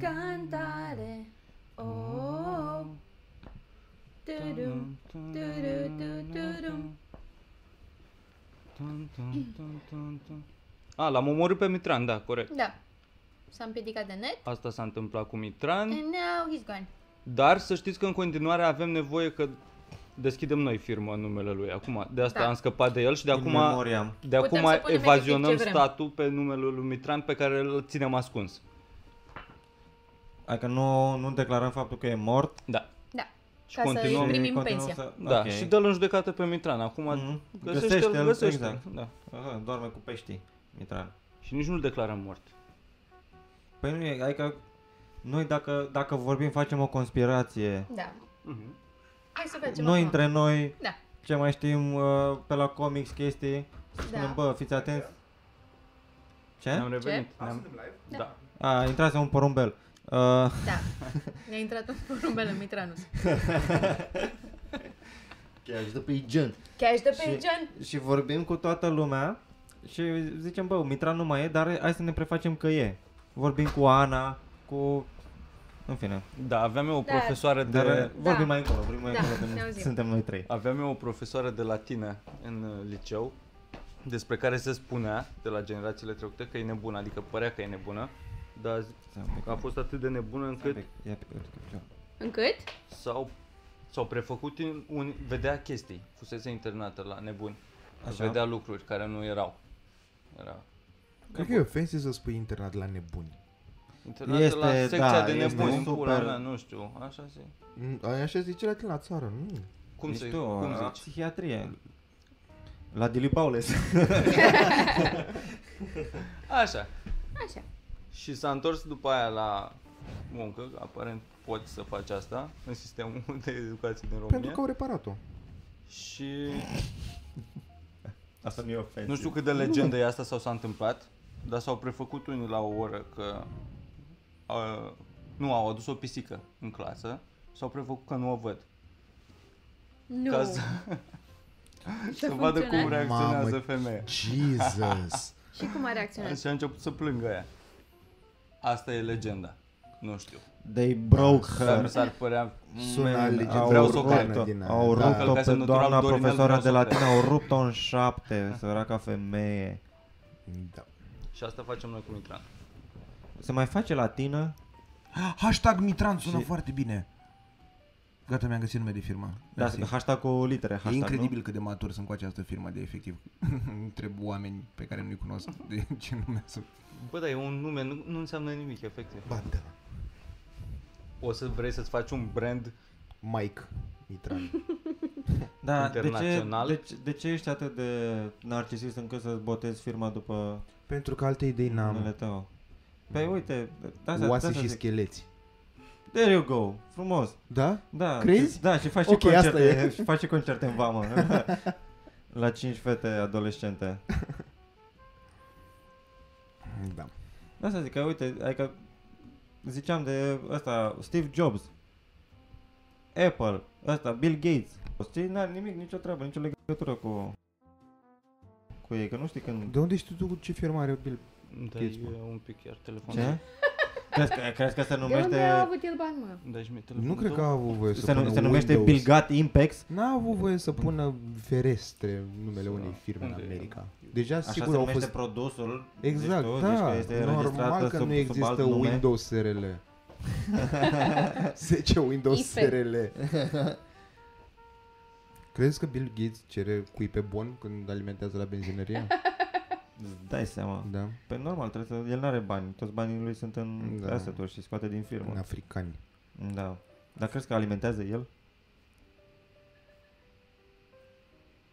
S2: cantare. Oh, oh. Tudum, tudum, tudum.
S4: A, Ah, l-am omorât pe Mitran, da, corect.
S2: Da. S-a împiedicat de net.
S4: Asta s-a întâmplat cu Mitran.
S2: And now he's gone.
S4: Dar să știți că în continuare avem nevoie că deschidem noi firma în numele lui acum. De asta
S2: Da.
S4: da. am scăpat de el și de
S5: In
S4: acum,
S5: memoriam.
S4: de
S2: Putem
S4: acum
S2: să punem
S4: evazionăm
S2: efectiv ce vrem.
S4: statul pe numele lui Mitran pe care îl ținem ascuns.
S5: Adică nu, nu declarăm faptul că e mort.
S4: Da.
S2: Da.
S4: Și
S2: Ca să
S4: continuăm-
S2: îi primim
S5: continuăm
S2: pensia.
S5: Să...
S4: Da,
S5: ok.
S4: și dă-l în judecată pe Mitran. Acum
S5: Mhm.
S4: mm-hmm. găsește-l,
S5: Găsește-l,
S4: găsește-l.
S5: exact.
S4: Da.
S5: Aha, doarme cu peștii, Mitran.
S4: Și nici nu-l declarăm mort.
S5: Păi nu e, adică noi dacă, dacă vorbim facem o conspirație.
S2: Da. Hai să facem
S5: Noi
S2: acum.
S5: între noi,
S2: Da.
S5: ce mai știm uh, pe la comics, chestii, să spunem,
S2: Da.
S5: bă, fiți atenți. Ce?
S4: Ne-am revenit.
S2: Ce?
S4: Ne-am... Da. da.
S5: A, intrase un porumbel. Uh,
S2: Da. Ne-a intrat un porumbel în Mitranus.
S5: Chiar de pe gen.
S2: Cash de
S5: Și-
S2: Belgian.
S5: Și vorbim cu toată lumea și zicem, bă, Mitran nu mai e, dar hai să ne prefacem că e. Vorbim cu Ana, cu... În fine.
S4: Da, aveam eu o
S2: Da.
S4: profesoară de...
S5: Dar vorbim mai încolo, vorbim mai
S2: Da,
S5: încolo,
S2: ne
S5: că ne
S2: auzim.
S5: suntem noi trei.
S4: Aveam eu o profesoară de latină în uh, liceu despre care se spunea de la generațiile trecute că e nebună, adică părea că e nebună, dar zi- a fost atât de nebună încât
S5: Ia pe- uite că picioare.
S2: Încât?
S4: s-au, s-au prefăcut în un, vedea chestii, fusese internată la nebuni,
S5: Așa.
S4: Așa. vedea lucruri care nu erau. Era
S1: Cred că e ofensiv să spui internat la nebuni.
S4: internată
S5: Este,
S4: la secția
S5: da,
S4: de
S5: este
S4: nebuni, în
S5: super.
S4: pula mea, nu știu, așa se...
S1: Mm, Așa zice la tine la țară, nu?
S4: Cum,
S5: Deci
S4: se,
S5: tu,
S4: cum
S5: la
S4: zici?
S5: psihiatrie. La Dili Paules.
S4: Așa.
S2: Așa.
S4: Și s-a întors după aia la muncă, că aparent poți să faci asta în sistemul [laughs] de educație din România.
S1: Pentru că au reparat-o.
S4: Și
S5: [laughs] Asta nu e ofensiv.
S4: nu știu cât de legendă e asta sau s-a întâmplat, dar s-au prefăcut unii la o oră că a, nu au adus o pisică în clasă, s-au prefăcut că nu o văd.
S2: Nu.
S4: Ca să, să vadă cum
S2: funcționat?
S4: reacționează
S1: Mamă,
S4: femeia.
S1: Jesus!
S2: Și cum a reacționat?
S4: Și a început să plângă aia. Asta e legenda. Nu știu.
S5: They broke
S4: Dar mi
S5: her.
S4: s-ar părea...
S1: Sună
S4: Man,
S1: legendă.
S4: Da. Vreau să o
S1: Europeană
S4: cred.
S1: din aia.
S5: Au
S1: Da.
S5: rupt-o
S4: Călcase
S5: pe
S4: în natural,
S5: doamna
S4: Dorinel,
S5: profesoară
S4: vreau să
S5: de
S4: o cred.
S5: latină, au rupt-o în șapte, săraca femeie.
S1: Da.
S4: Și asta facem noi cu Mitran.
S5: Se mai face latină?
S1: Hashtag Mitran sună și... foarte bine. Gata, mi-am găsit numele de firmă.
S5: Da,
S1: Mersi.
S5: hashtag cu litere,
S1: E
S5: hashtag,
S1: incredibil cât de matur sunt cu această firmă de efectiv. Întreb oameni pe care nu-i cunosc de [laughs] ce nume să...
S4: Bă, da, e un nume, nu, nu înseamnă nimic, efectiv.
S1: Ba, da.
S4: O să vrei să-ți faci un brand
S1: Mike Mitran. [laughs]
S5: nu? Da, de ce,
S4: internațional?
S5: de, ce, de ce ești atât de narcisist încât să-ți botezi firma după
S1: Pentru că alte idei
S5: numele
S1: n-am.
S5: tău? Păi uite, da, da,
S1: Oase
S5: da,
S1: și scheleți.
S5: There you go, frumos.
S1: Da?
S5: Da,
S1: Crezi?
S5: Și, da, și faci
S1: Ok,
S5: și
S1: asta
S5: [laughs] concerte,
S1: e. [laughs]
S5: și faci și concerte în vamă. La cinci fete adolescente.
S1: Da.
S5: Asta zic că, uite, adică ziceam de ăsta, Steve Jobs, Apple, ăsta, Bill Gates. Știi, n-are nimic, nicio treabă, nicio legătură cu, cu ei, că nu știi când...
S1: De unde știi tu cu ce firmă are Bill?
S4: Dai
S1: Chis,
S4: Da, e un pic iar telefonul.
S5: Ce? crezi, că, crezi că se
S2: De unde a
S5: numește...
S2: avut el bani, mă?
S4: Dai și mie telefonul
S1: Nu cred
S4: tău.
S1: că a avut voie să
S5: Se,
S1: pună
S5: nu, se numește
S1: Windows.
S5: Bill Gat Impex.
S1: N-a avut voie să pună ferestre numele unei firme în
S4: Unde e?
S1: America. Deja
S5: Așa
S1: Da, sigur
S5: se
S1: au
S5: numește
S1: fost...
S5: produsul.
S1: Exact,
S5: zici tu, zici
S1: da.
S5: că este
S1: Normal
S5: înregistrată
S1: că
S5: sub,
S1: nu
S5: sub alt
S1: există
S5: nume.
S1: Windows
S5: [laughs]
S1: SRL. 10 Windows
S2: Ife.
S1: SRL. Crezi că Bill Gates cere cui pe bon când alimentează la benzinărie?
S5: Îți dai seama.
S1: Da.
S5: Pe normal, trebuie să, el nu are bani. Toți banii lui sunt în
S1: Da.
S5: da. asset și scoate din firmă.
S1: În africani.
S5: Da. Dar crezi că alimentează el?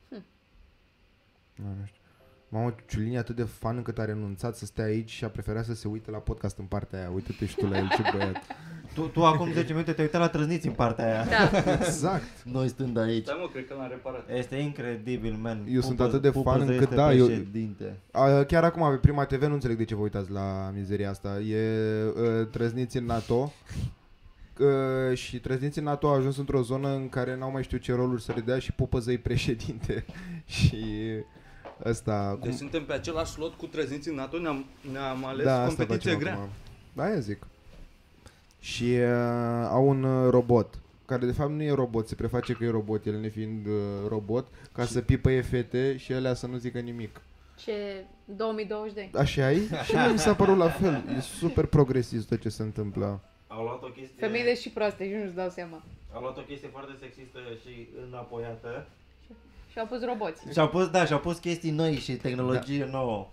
S1: Da, nu știu. Mamă, Ciulin e atât de fan încât a renunțat să stea aici și a preferat să se uite la podcast în partea aia. Uite-te și tu la el, ce băiat.
S5: Tu,
S6: [laughs]
S5: tu acum 10 minute te-ai uitat la trăzniți în partea aia.
S2: Da.
S1: Exact.
S6: Noi stând aici.
S4: Stai mă, cred că l-am reparat.
S5: Este incredibil, man.
S1: Eu sunt atât de fan încât,
S5: este
S1: da, eu-
S5: președinte.
S6: Dinte.
S1: A, chiar acum, pe prima TV, nu înțeleg de ce vă uitați la mizeria asta. E a, trăzniți în NATO. A, și trăzniți în NATO au ajuns într-o zonă în care n-au mai știut ce roluri să le dea și popă zăi președinte. [laughs] și ăsta...
S4: Deci suntem pe același lot cu trezinții NATO, ne-am, ne-am ales
S1: da, asta
S4: competiție
S1: facem
S4: grea.
S1: acum. Da, aia zic. Și uh, au un uh, robot care de fapt nu e robot, se preface că e robot, el nefiind uh, robot, ca să pipăie fete și alea să nu zică nimic.
S2: Ce 2022.
S1: Așa e? Și mie mi s-a părut la fel. E super progresist tot ce se întâmplă.
S5: Au luat o
S4: Da.
S5: chestie,
S2: Femeile și proaste și nu-și dau seama.
S5: au luat o chestie foarte sexistă și înapoiată.
S2: Și au pus roboți.
S4: Deci
S5: Și-au pus, da, și-au pus chestii noi și tehnologie da. nouă.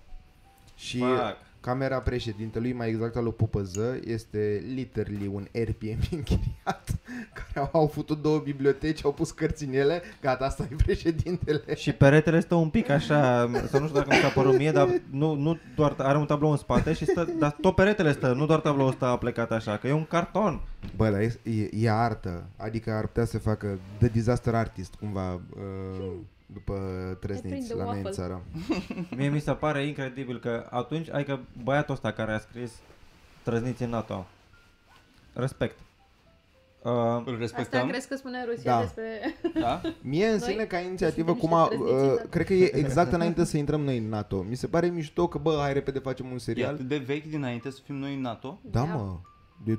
S1: Și
S5: Fuck.
S1: camera președintelui, mai exact al lui Pupăză, este literally un Airbnb [laughs] închiriat, care au, au făcut două biblioteci, au pus cărți în ele, gata, asta e președintele.
S5: Și peretele stă un pic așa, să nu știu dacă mi s-a părut mie, dar nu, nu doar, are un tablou în spate și stă, dar tot peretele stă, nu doar tabloul ăsta a plecat așa, că e un carton.
S1: Bă, dar e, e, e artă, adică ar putea să facă The Disaster Artist, cumva, uh, după
S2: prinde
S1: trezniți la noi
S2: waffle.
S1: în țară.
S5: Mie mi se pare incredibil că atunci, adică băiatul ăsta care a scris Trăzniți în NATO, respect. Uh,
S4: Îl
S2: Asta
S4: respectăm,
S2: crezi că spune Rusia
S1: Da.
S2: despre...
S4: da?
S1: Mie în
S2: Noi
S1: sine ca inițiativă,
S2: suntem
S1: cum a,
S2: niște trăzniți,
S1: uh,
S2: da.
S1: cred că e exact înainte să intrăm noi în NATO. Mi se pare mișto că, bă, hai repede facem un
S4: E
S1: serial.
S4: atât de vechi dinainte să fim noi în NATO.
S1: Da, mă, de 2003-2004.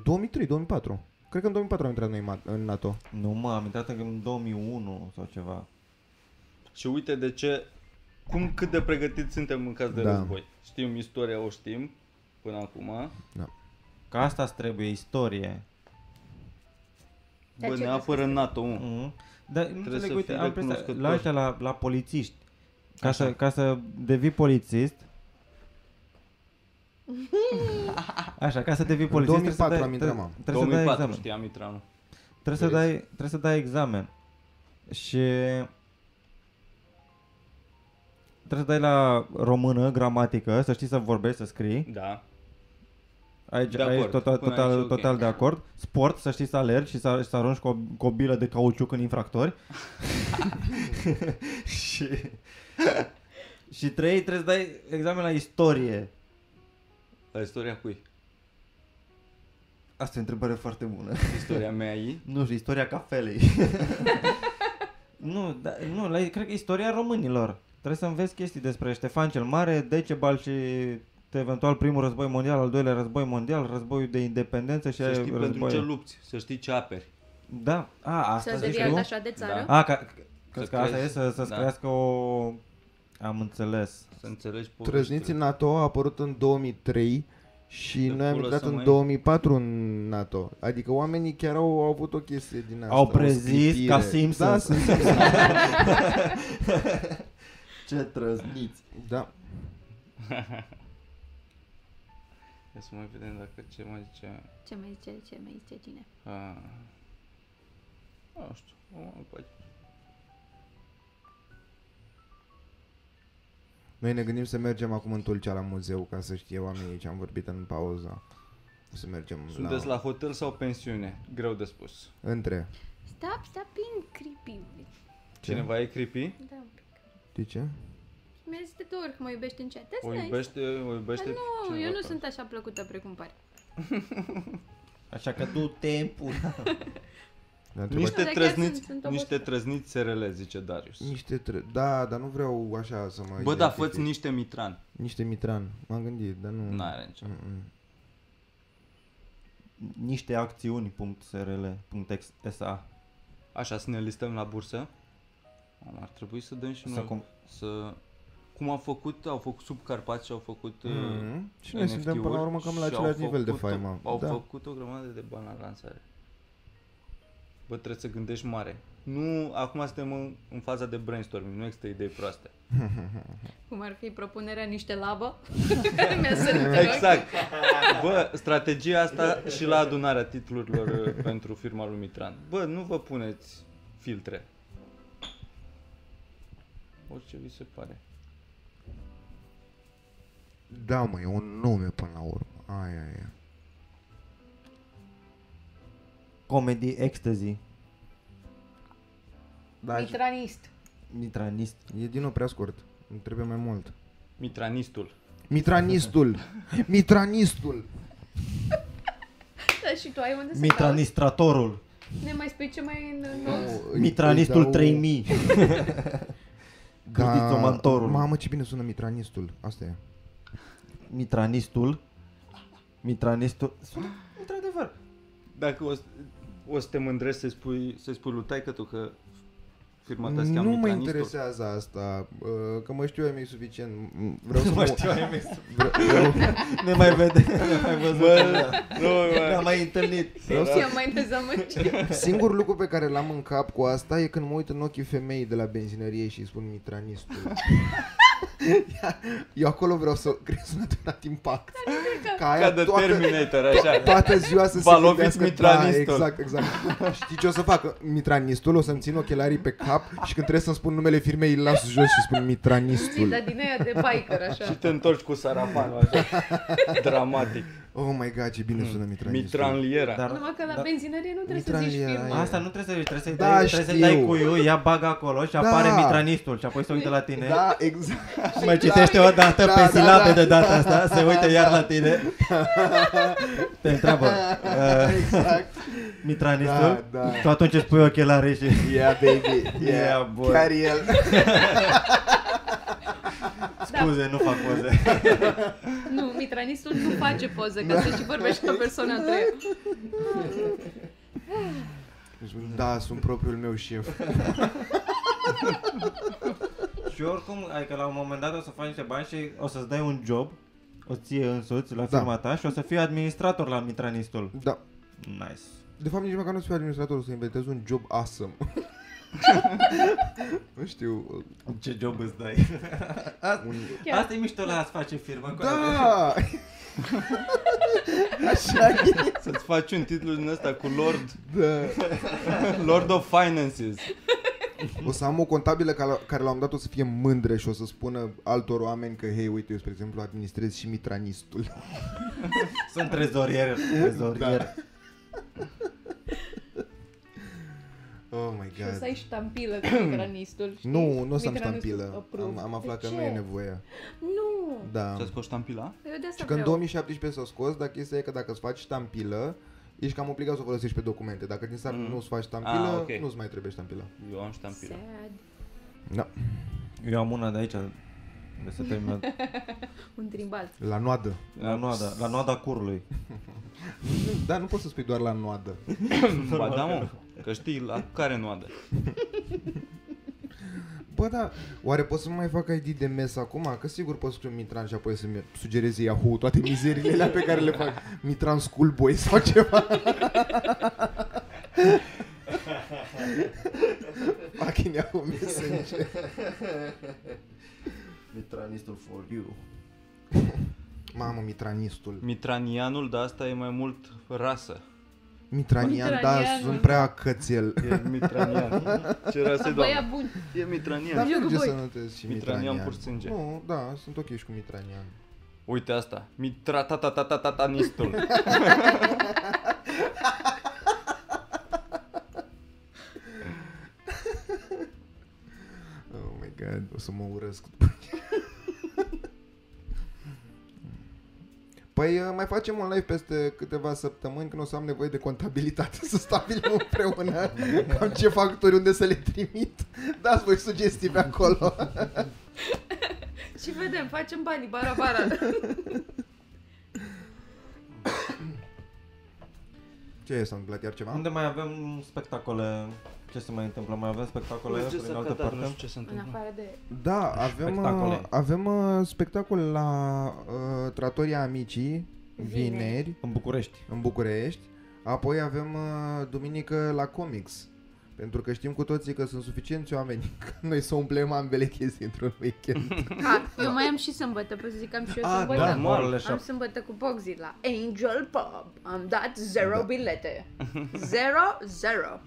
S1: Cred că în 2004 am intrat noi ma- în NATO.
S5: nu mă, am intrat în 2001 sau ceva.
S4: Și uite de ce, cum cât de pregătiți suntem în caz de
S1: Da.
S4: război. Știm istoria, o știm până acum.
S5: Că asta îți trebuie, istorie.
S2: Dar
S4: Bă,
S2: ce
S4: ne
S2: crezi
S4: apără NATO, mă.
S5: Mm-hmm. Dar nu
S4: Trebuie
S5: înțeleg,
S4: să
S5: uite,
S4: fii
S5: am presa,
S4: recunoscător.
S5: la ăștia, la, la polițiști, ca
S4: Așa.
S5: să, ca să devii polițist, Așa, ca să devii polițist trebuie să
S1: 2004
S5: dai-
S1: am intrat,
S5: tre-
S1: mă.
S5: trebuie să dai
S4: 2004
S5: examen.
S4: știam Mitranul.
S5: Trebuie să,
S4: Vezi?
S5: dai, trebuie să dai examen. Și trebuie să dai la română, gramatică, să știi să vorbești, să scrii.
S4: Da.
S5: Aici,
S4: De
S5: aici
S4: acord.
S5: total,
S4: Până
S5: total,
S4: aici e ok.
S5: total de acord. Sport, să știi să alergi și să, și să arunci cu o, cu o bilă de cauciuc în
S4: [laughs]
S5: infractori. [laughs] și, și trei, trebuie să dai examen la istorie.
S4: La istoria cui?
S5: Asta e o întrebare foarte bună.
S4: Istoria mea ei?
S5: Nu știu, istoria cafelei. [laughs] nu, da, nu la, cred că istoria românilor. Trebuie să înveți chestii despre Ștefan cel Mare, Decebal și eventual primul război mondial, al doilea război mondial, războiul de independență și
S4: Să știi pentru
S5: război.
S4: ce lupți, să știi ce aperi.
S5: Da, a, asta
S2: Să
S5: zici
S2: devii
S5: tu?
S2: așa de țară?
S4: Da.
S5: A, ca, crezi că asta
S4: crezi-
S5: e să, să-ți
S4: da.
S5: crească o... Am înțeles.
S4: Să înțelegi povestea.
S1: Trăzniți în NATO a apărut în 2003 și
S4: De
S1: noi am
S4: pulă
S1: intrat
S4: să
S1: în
S4: mai-
S1: 2004 în NATO. Adică oamenii chiar au, au avut o chestie din asta.
S5: Au
S1: o
S5: prezis
S1: sclipire.
S5: ca Simpsons.
S1: Da, Simpsons.
S5: [laughs]
S6: Ce trăzniți.
S1: da.
S4: Ia să mai vedem dacă ce mai zice...
S2: Ce mai zice, ce mai zice cine?
S4: Ah. Nu știu, o- poate-
S1: Noi ne gândim să mergem acum în Tulcea la muzeu ca să știe oamenii ce am vorbit în pauză. Să mergem
S4: Sunteți la hotel sau pensiune? Greu de spus.
S1: Între.
S2: Stop, stop being creepy.
S1: Ce?
S4: Cineva e creepy?
S2: Da, un pic.
S1: Știi ce?
S2: Mi-a zis de două ori că mă iubești încet. That's
S4: O
S2: nice.
S4: iubește, o
S2: Dar
S4: iubește
S2: Păi nu,
S4: cineva
S2: eu nu
S4: pe
S2: sunt așa plăcută precum pare.
S5: Așa că tu te pula.
S1: Ne-a întrebat-
S4: Niște
S2: Nu, dar chiar
S4: trăzniți,
S2: sunt- sunt
S4: niște
S2: obosită.
S4: trăzniți SRL, zice Darius.
S1: Niște tre- Da, dar nu vreau așa să mă
S4: Bă, da,
S1: identific. Mm.
S4: fă niște mitran.
S1: Niște mitran. M-am gândit, dar nu...
S4: N-are nicio.
S1: Mm-mm.
S5: [laughs] Niște acțiuni, punct SRL, punct ex- SA.
S4: Așa, să ne listăm la bursă. Am, ar trebui să dăm și
S5: Să
S4: noi.
S5: cum...
S4: Să... Cum au făcut, au făcut subcarpați și au făcut uh,
S1: Mm. Și noi
S4: NFT-uri
S1: suntem până la urmă cam la
S4: și au
S1: același nivel de
S4: făcut o-
S1: faimă.
S4: Au
S1: Da.
S4: făcut o grămadă de bani la lansare. Bă, trebuie să gândești mare. Nu, acum suntem în, în faza de brainstorming, nu există idei proaste.
S2: Cum ar fi propunerea niște
S4: [laughs]
S2: labă care mi-a sărit în ochi.
S4: Exact. Bă, strategia asta și la adunarea titlurilor uh, pentru firma lui Mitran. Bă, nu vă puneți filtre. Orice vi se pare.
S1: Da, mă, e un nume până la urmă. Aia, aia.
S5: Comedy Ecstasy.
S1: Da, și-
S2: Mitranist.
S5: Mitranist.
S1: e din nou prea scurt. Îmi trebuie mai mult.
S4: Mitranistul. [laughs]
S1: Mitranistul! Mitranistul!
S2: Da, și tu ai unde să
S5: Mitranistratorul.
S2: cauți? Ne mai spui ce mai e
S4: Oh.
S2: în
S1: Îi-
S2: nou?
S1: îi
S5: Mitranistul
S1: dau- [laughs]
S5: 3000.
S1: Da,
S5: Cârdițo mantorul.
S1: Mamă, ce bine sună mitranistul. Asta e.
S5: Mitranistul. Mitranistul. Sună, într-adevăr.
S4: Dacă o, să- o să te mândrești să-i spui, să-i spui lui taică tu că firma ta se cheamă
S1: Nu mă
S4: Mitranistul.
S1: interesează asta, uh, că mă știu eu mai suficient.
S4: [laughs]
S1: Vreau să mă... [laughs]
S5: Ne mai vede, [laughs] ne mai văzut.
S4: Nu,
S5: Ne-am
S4: mă.
S5: mai întâlnit.
S1: Vreau să...
S2: Eu mai dezamăgit.
S1: Singurul lucru pe care l-am în cap cu asta e când mă uit în ochii femeii de la benzinărie și îi spun
S4: [laughs]
S1: mitranistul. [laughs] eu acolo vreau să creez un adevărat impact. Ca
S4: Ca
S1: aia
S4: de
S1: toată,
S4: Terminator, așa.
S1: [laughs] toată ziua să se
S4: Valovici
S1: gândească,
S4: mitranistul.
S1: Da, exact, exact. Știi ce o să fac? Mitranistul, o să-mi țin ochelarii pe cap și când trebuie să-mi spun numele firmei, îl las jos și spun
S2: Zi, dar
S1: mitranistul.
S2: Da, din aia de biker,
S4: Și
S2: așa.
S4: te întorci cu sarafanul, așa. Dramatic.
S1: Oh my god, ce
S5: Hmm.
S1: bine sună mitranistul.
S4: Mitranliera.
S2: Numai că la benzinărie nu trebuie să
S1: Mitran
S2: zici
S1: era
S2: firma.
S1: aia.
S5: Asta nu trebuie să vezi, trebuie să-i
S1: Da,
S5: dai, trebuie să-i
S1: știu.
S5: dai cuiu, ea bagă acolo și apare mitranistul și apoi se uită la tine.
S1: Da, exact.
S5: Și mai citește o dată
S1: Da,
S5: pe
S1: da,
S5: silabe
S1: da.
S5: de data asta, se uită iar la
S1: [laughs]
S5: tine. Te întreabă. Uh,
S1: Exact.
S5: Mitranistul?
S1: Da, da.
S5: Tu atunci îți pui ochelarii și...
S1: Yeah, baby. Yeah,
S5: Yeah, boy.
S1: Chiar el.
S5: Da. Scuze, nu fac poze.
S2: Nu, mitranistul nu face poză, că se și vorbește cu persoana a treia.
S1: Da. Îmi spun, Da, sunt propriul meu șef.
S5: [laughs] Și oricum, adică la un moment dat o să faci niște bani și o să-ți dai un job, o ție însuți la
S1: Da.
S5: firma ta și o să fii administrator la Mitranistul.
S1: Da.
S5: Nice.
S1: De fapt, nici măcar nu sunt administrator, o să inventez un job
S5: [laughs]
S1: awesome. nu știu.
S5: Ce job îți dai? Da.
S1: Un...
S2: Chiar.
S5: Asta e mișto la a-ți face firmă. cu aia.
S1: Da!
S4: Să-ți faci un titlu din ăsta cu Lord,
S1: da!
S4: [laughs] Lord of Finances.
S1: O să am o contabilă ca la- care la un moment dat o să fie mândră și o să spună altor oameni că, hei, uite, eu, spre exemplu, administrez și mitranistul. Da.
S5: Sunt trezorier.
S6: Da.
S5: Trezorier.
S1: [laughs] Oh my
S2: Și o să
S1: god.
S2: ai
S1: [clears throat]
S2: ștampilă cu mitranistul. știi?
S1: Nu, nu o să am
S2: Mitranistul
S1: stampilă.
S2: approved.
S1: Am, am aflat
S2: De
S1: că nu
S2: ce?
S1: e nevoie.
S2: Nu!
S1: Da.
S4: Să-ți scoși tampila?
S2: Eu de asta
S1: Și că în
S2: vreau.
S1: 2017 s-a scos, dar chestia e că dacă îți faci ștampilă, ești cam obligat să o folosești pe documente. Dacă din start
S4: Mm.
S1: nu îți faci ștampilă,
S4: Ah, ok.
S1: nu-ți mai trebuie ștampilă.
S4: Eu am ștampila.
S2: Sad.
S1: Da.
S5: Eu am una de aici. De să termină
S2: Un trimbal.
S1: La noadă.
S5: la noada, la noada curului.
S1: Da, nu poți să spui doar la noadă.
S4: [clears throat] Ba da, mă, că știi la care noadă.
S1: Bă, da, oare pot să mai fac ID de mes acum? Că sigur pot scriu Mitran și apoi să-mi sugereze Yahoo toate mizerile alea pe care le fac. Mitran Schoolboy sau ceva. Fucking Yahoo Messenger.
S6: [laughs] Mitranistul for you.
S1: Mamă, Mitranistul.
S4: Mitranianul, dar asta e mai mult rasă.
S1: Mitranian, da,
S2: Mitranian,
S1: sunt
S2: mă.
S1: prea cățel.
S4: E mitranian. [laughs] Ce rasă e,
S2: Băia
S4: doamnă?
S2: bun.
S4: E mitranian.
S1: Dar
S2: Eu
S1: merge
S2: cu voi.
S1: să notez și
S4: Mitranian
S1: Mitranian.
S4: pur sânge.
S1: Nu, da, sunt ok și cu Mitranian.
S4: Uite asta. Mitra ta ta ta ta ta ta
S6: [laughs]
S4: nistul.
S1: Oh my god. mine, o să mă urăsc după [laughs] aceea. Păi uh, mai facem un live peste câteva săptămâni când o să am nevoie de contabilitate [laughs] să stabilim împreună [laughs] cam ce facturi unde să le trimit. Da, Dați voi sugestii pe acolo.
S2: Și vedem, facem banii, bara,
S1: [laughs]
S2: bara.
S1: Ce e, s-a întâmplat iar ceva?
S5: Da? Unde mai avem spectacole? Ce se mai întâmplă? Mai avem spectacole
S6: Nu știu
S5: în
S6: să
S5: altă
S6: cad, dar nu
S5: parte?
S6: știu ce se
S2: În
S6: întâmplă.
S2: afară de...
S1: Da, avem,
S5: Spectacole.
S1: spectacole. avem uh, spectacol la uh, Tratoria Amicii,
S2: Vineri.
S1: vineri,
S5: În București.
S1: în București. Apoi avem uh, duminică la Comics. Pentru că știm cu toții că sunt suficienți oameni [laughs] că noi să umplem ambele chestii într-un weekend.
S2: Ha, eu mai am și sâmbătă, pot să zic, am și eu
S5: Ah,
S2: sâmbătă.
S5: da, morele
S2: Am
S5: șapte.
S2: sâmbătă cu Boxy la Angel Pub. Am dat zero da. bilete. Zero,
S1: [laughs]
S2: zero.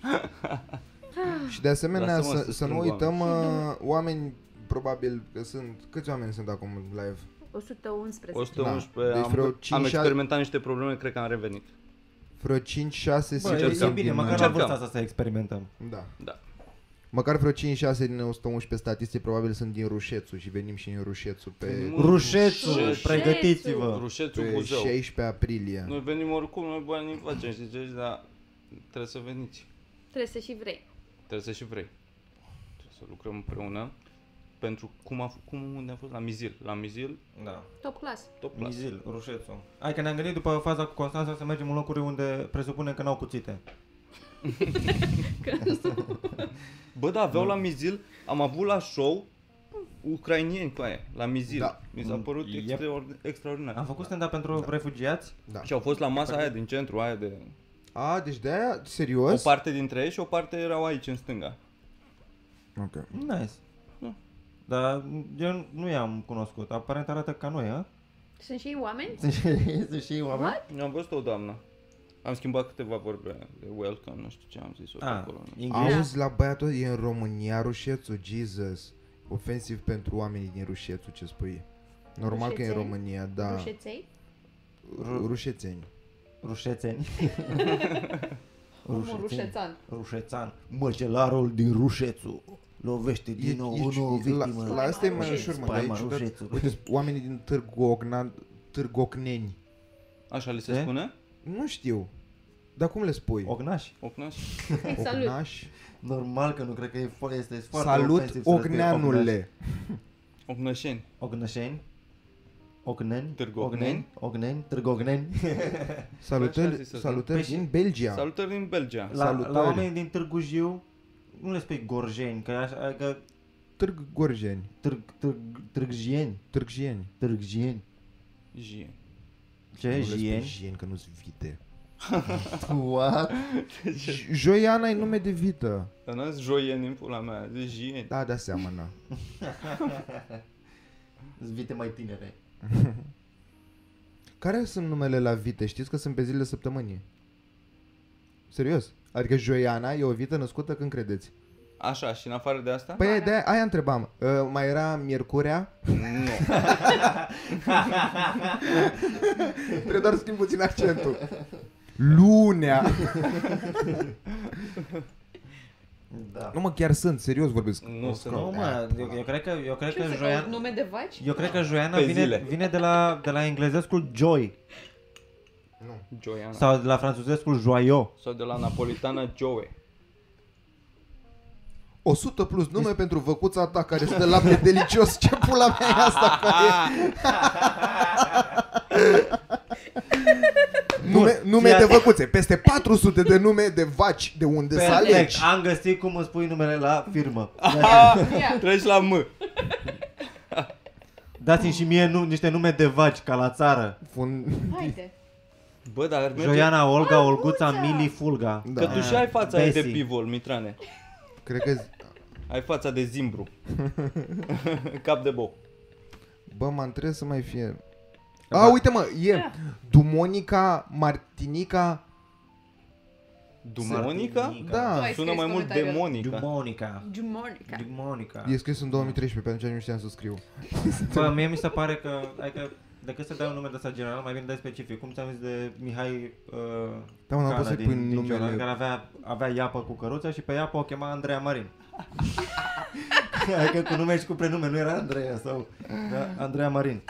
S1: și de asemenea
S4: Lasă-mă
S1: să,
S4: să
S1: să nu
S4: strâng
S1: uităm uh, oameni, probabil că sunt, câți oameni sunt acum live?
S2: 111.
S4: 111,
S1: Da.
S4: da.
S1: Deci
S4: am,
S1: vreo
S4: deci am
S1: 5-6
S4: experimentat niște probleme, cred că am revenit.
S1: Vreo 5-6 sincer
S5: Bă, e, e
S1: sunt
S5: bine,
S1: din,
S5: măcar la
S1: uh,
S4: Încercăm.
S5: vârsta asta să experimentăm.
S1: Da.
S4: Da.
S1: Măcar vreo 5-6 din 111 statistici probabil sunt din Rușețu și venim și în Rușețu pe,
S5: Rușețul,
S4: Rușețul.
S5: pregătiți-vă!
S4: Rușețul
S1: pe
S4: Buzău.
S1: 16 aprilie.
S4: Noi venim oricum, noi banii facem, știi ce? Dar trebuie să veniți.
S2: Trebuie să și vrei.
S4: Trebuie să și vrei. Trebuie să lucrăm împreună. Pentru cum, a, f- cum unde a fost? La Mizil. La Mizil,
S5: Da,
S2: Top class.
S4: top class.
S5: Mizil, Rușețul. Hai că ne-am gândit după faza cu Constanța să mergem în locuri unde presupunem că n-au cuțite.
S4: Bă, da, aveau la Mizil, am avut la show ucrainieni cu aia, la Mizil.
S1: Da.
S4: Mi s-a părut
S5: Yep.
S4: extraordinar. extraordinar.
S5: Am făcut stand-up pentru refugiați?
S1: Da.
S4: Și au fost la masa aia din centru, aia de...
S1: A, deci de aia,
S4: O
S1: serios?
S4: parte dintre ei și o parte erau aici, în stânga.
S1: Ok.
S5: Nice.
S4: Da.
S5: Dar eu nu i-am cunoscut. Aparent arată ca noi, a?
S2: Sunt și ei oameni?
S5: Sunt și- Sunt și ei oameni?
S4: Am văzut o doamnă. Am schimbat câteva vorbe de welcome, nu știu ce am zis-o pe
S5: Ah,
S4: acolo. nu.
S5: engleză.
S1: Auzi, la băiatul e în România Rușețu, Jesus. Ofensiv pentru oamenii din Rușețu, ce spui. Normal că e în
S2: Rușețeni?
S1: România, da.
S2: Rușeței?
S1: Ru- Rușețeni.
S5: [laughs] Rușețeni.
S2: Omul
S1: [laughs]
S2: rușețan.
S5: Rușețan.
S6: Măcelarul din Rușețu lovește din nou
S1: e-
S6: o nouă
S1: la,
S6: victimă.
S1: la asta e mai
S2: Rușețu.
S1: ușor, mă, dar e
S6: Spaima
S1: ciudat.
S6: Rușețului.
S1: Uite, oamenii din Târgu Ocna, Târgu Ocneni.
S4: Așa li se
S5: Ce?
S4: spune?
S1: Nu știu. Dar cum le spui?
S5: Ognaș.
S4: Ocnaș?
S2: Ei, salut.
S1: Ocnaș?
S6: Normal că nu cred că e fo- este foarte
S1: Salut,
S6: ofensiv să răspui Ognean.
S1: Ogneanule!
S4: Ocnășeni.
S5: Ognășeni. Ogneni.
S4: Târgogneni.
S5: Ogneni. Ogneni. [laughs] Târgogneni.
S4: Așa
S1: Salutări,
S4: zis, să
S1: salutări
S5: zic.
S1: din Belgia.
S4: Salutări din Belgia.
S5: Da. La,
S1: Salutări.
S5: la oamenii din Târgu Jiu, nu le spui gorjeni, că, așa, că
S1: Târg Gorjeni.
S5: târg, târg, târgjieni.
S1: Târgjieni.
S5: Târgjieni.
S4: Jie.
S1: Nu
S5: Ce?
S1: le spui
S5: Jieni?
S1: Jieni, că nu-ți vite.
S6: [laughs] What?
S1: J- Joiana e nume de vită.
S4: Dar n-ați joieni în pula mea, zici jieni.
S1: Da, da seamănă.
S6: Sunt vite mai tinere.
S1: Care sunt numele la vite? Știți că sunt pe zilele săptămânii. Serios. Adică Joiana e o vită născută când credeți.
S4: Așa, și în afară de asta?
S1: Păi de aia întrebam. Uh, mai era Miercurea?
S4: Nu.
S1: Trebuie doar să schimb puțin accentul. Lunea.
S6: Da.
S1: Nu mă, chiar sunt. Serios vorbesc.
S4: Nu sunt.
S5: Nu, mă, eu, eu cred că, eu cred
S2: Ce
S5: că
S2: să caut
S5: Joian...
S2: nume de vaci?
S5: Eu cred că Joiana
S4: Pe
S5: vine,
S4: zile.
S5: vine de la, de la englezescul joy
S4: Joiana. Sau...
S5: sau de la franțuzescul joyo.
S4: de la napolitana Joe.
S1: 100 plus nume pentru văcuța ta care stă lapte delicios. Ce pula mea e asta care e? nume, nume
S5: fii
S1: de
S5: atent.
S1: văcuțe. Peste 400 de nume de vaci de unde să alegi.
S5: am găsit cum îți pui numele la firmă.
S4: [laughs]
S2: Ia.
S4: Treci la M.
S5: Dați-mi și mie nu, niște nume de vaci, ca la țară.
S1: Fun...
S2: Haide.
S4: Bă, dar merge...
S5: Joiana, Olga, Olguța, Mili, Fulga.
S1: Ah, Da.
S4: Că tu și ai fața aia de
S5: Basic.
S4: pivol, Mitrane.
S1: Cred că...
S4: Ai fața de zimbru. [laughs] Cap de bou.
S1: Bă, mă trebuie să mai fie...
S5: Da.
S1: A, uite mă, e Dumonica, Martinica,
S4: Dumonica?
S1: da.
S2: Hai,
S4: Sună
S2: scris
S4: mai mult
S2: comentariul.
S4: demonica.
S5: Dumonica.
S2: Dumonica.
S5: Dumonica.
S1: E scris în 2013, pentru ce nu știam să scriu.
S5: Bă, mie mi se pare că, adică, decât să dai un nume de ăsta general, mai bine dai specific. Cum ți-am zis de Mihai uh,
S1: Da, mă, dar
S5: Cana
S1: poți să-i
S5: din,
S1: pui
S5: din
S1: numele. [laughs]
S5: Cioran, care avea, avea iapă cu căruța și pe iapă o chema Andreea Marin. Adică cu nume și cu prenume, nu era Andreea sau... Da, Andreea Marin.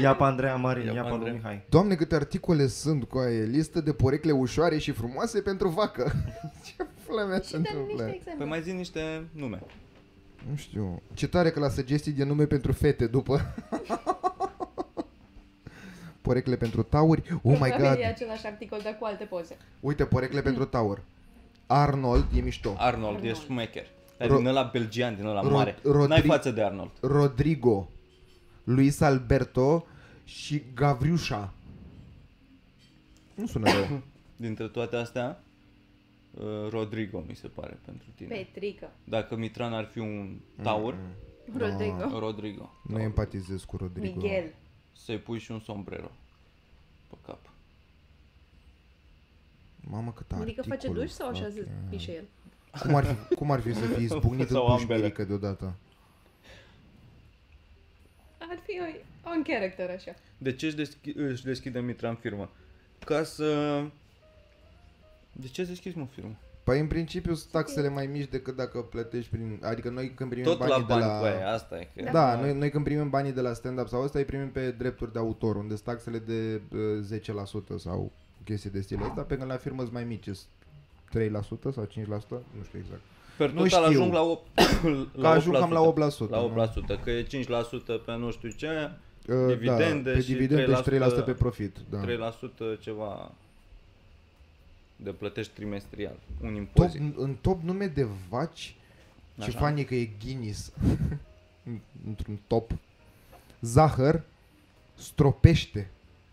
S5: Iapa Andreea Marin,
S4: Iapa
S5: Iapa, Iapa lui
S4: Andreea.
S5: Mihai.
S1: Doamne, câte articole sunt cu aia. Listă de porecle ușoare și frumoase pentru vacă. [laughs] Ce pula mea se
S2: Și dăm niște
S1: întâmplă?
S2: exemple.
S4: Păi mai zi niște nume.
S1: Nu știu. Ce tare că la sugestii de nume pentru fete după. [laughs] porecle pentru tauri. Oh my
S2: Probabil
S1: god. Da.
S2: e același articol, dar cu alte poze.
S1: Uite, porecle pentru taur. Arnold e mișto.
S4: Arnold, e șmecher. Dar
S1: Ro-
S4: din ăla belgian, din ăla
S1: Ro-
S4: mare.
S1: Rodri-
S4: N-ai față de Arnold.
S1: Rodrigo, Luis Alberto și Gavriușa. Nu sună rău.
S4: Dintre toate astea, uh, Rodrigo mi se pare pentru
S2: Păi,
S4: tine.
S2: Petrică.
S4: Dacă Mitran ar fi un taur,
S1: Mm, Da,
S2: Rodrigo.
S4: Rodrigo.
S1: nu empatizez cu Rodrigo.
S2: Miguel.
S4: Să-i pui și un sombrero pe cap.
S1: Mamă, cât
S2: Adică
S1: articol.
S2: face duș sau așa
S1: fac.
S2: zice pișe el?
S1: Cum ar, fi, cum ar fi să fii izbucnit în
S4: Sau
S1: duș
S4: ambele.
S1: mirică deodată?
S2: Ar fi o- on character așa.
S4: De ce își, deschi- își deschide Mitran firmă? Ca să... De ce îți deschizi, mă, firmă?
S1: Păi în principiu sunt taxele mai mici decât dacă plătești prin... Adică noi când primim
S4: Tot la
S1: banii
S4: bani
S1: de la...
S4: cu aia, asta e. Că...
S1: Da, noi, noi când primim banii de la stand-up sau asta, îi primim pe drepturi de autor, unde sunt taxele de uh, 10% sau chestii de stilul ăsta, pe când la firmă sunt mai mici, sunt 3% sau 5%, nu știu exact.
S4: Per
S1: Nu
S4: total
S1: știu.
S4: ajung [coughs] la 8...
S1: Că ajung cam la da. 8%,
S4: La 8%, că e 5% pe nu știu ce,
S1: Uh,
S4: Dividende
S1: da, pe
S4: și
S1: dividende
S4: 3%
S1: și 3% pe profit. Da.
S4: 3% ceva de plătești trimestrial, un
S1: Top,
S4: impozit.
S1: în top nume de vaci, ce
S4: Păi Așa.
S1: fani e că e Guinness. [laughs] În- Într-un top. Zahăr, stropește.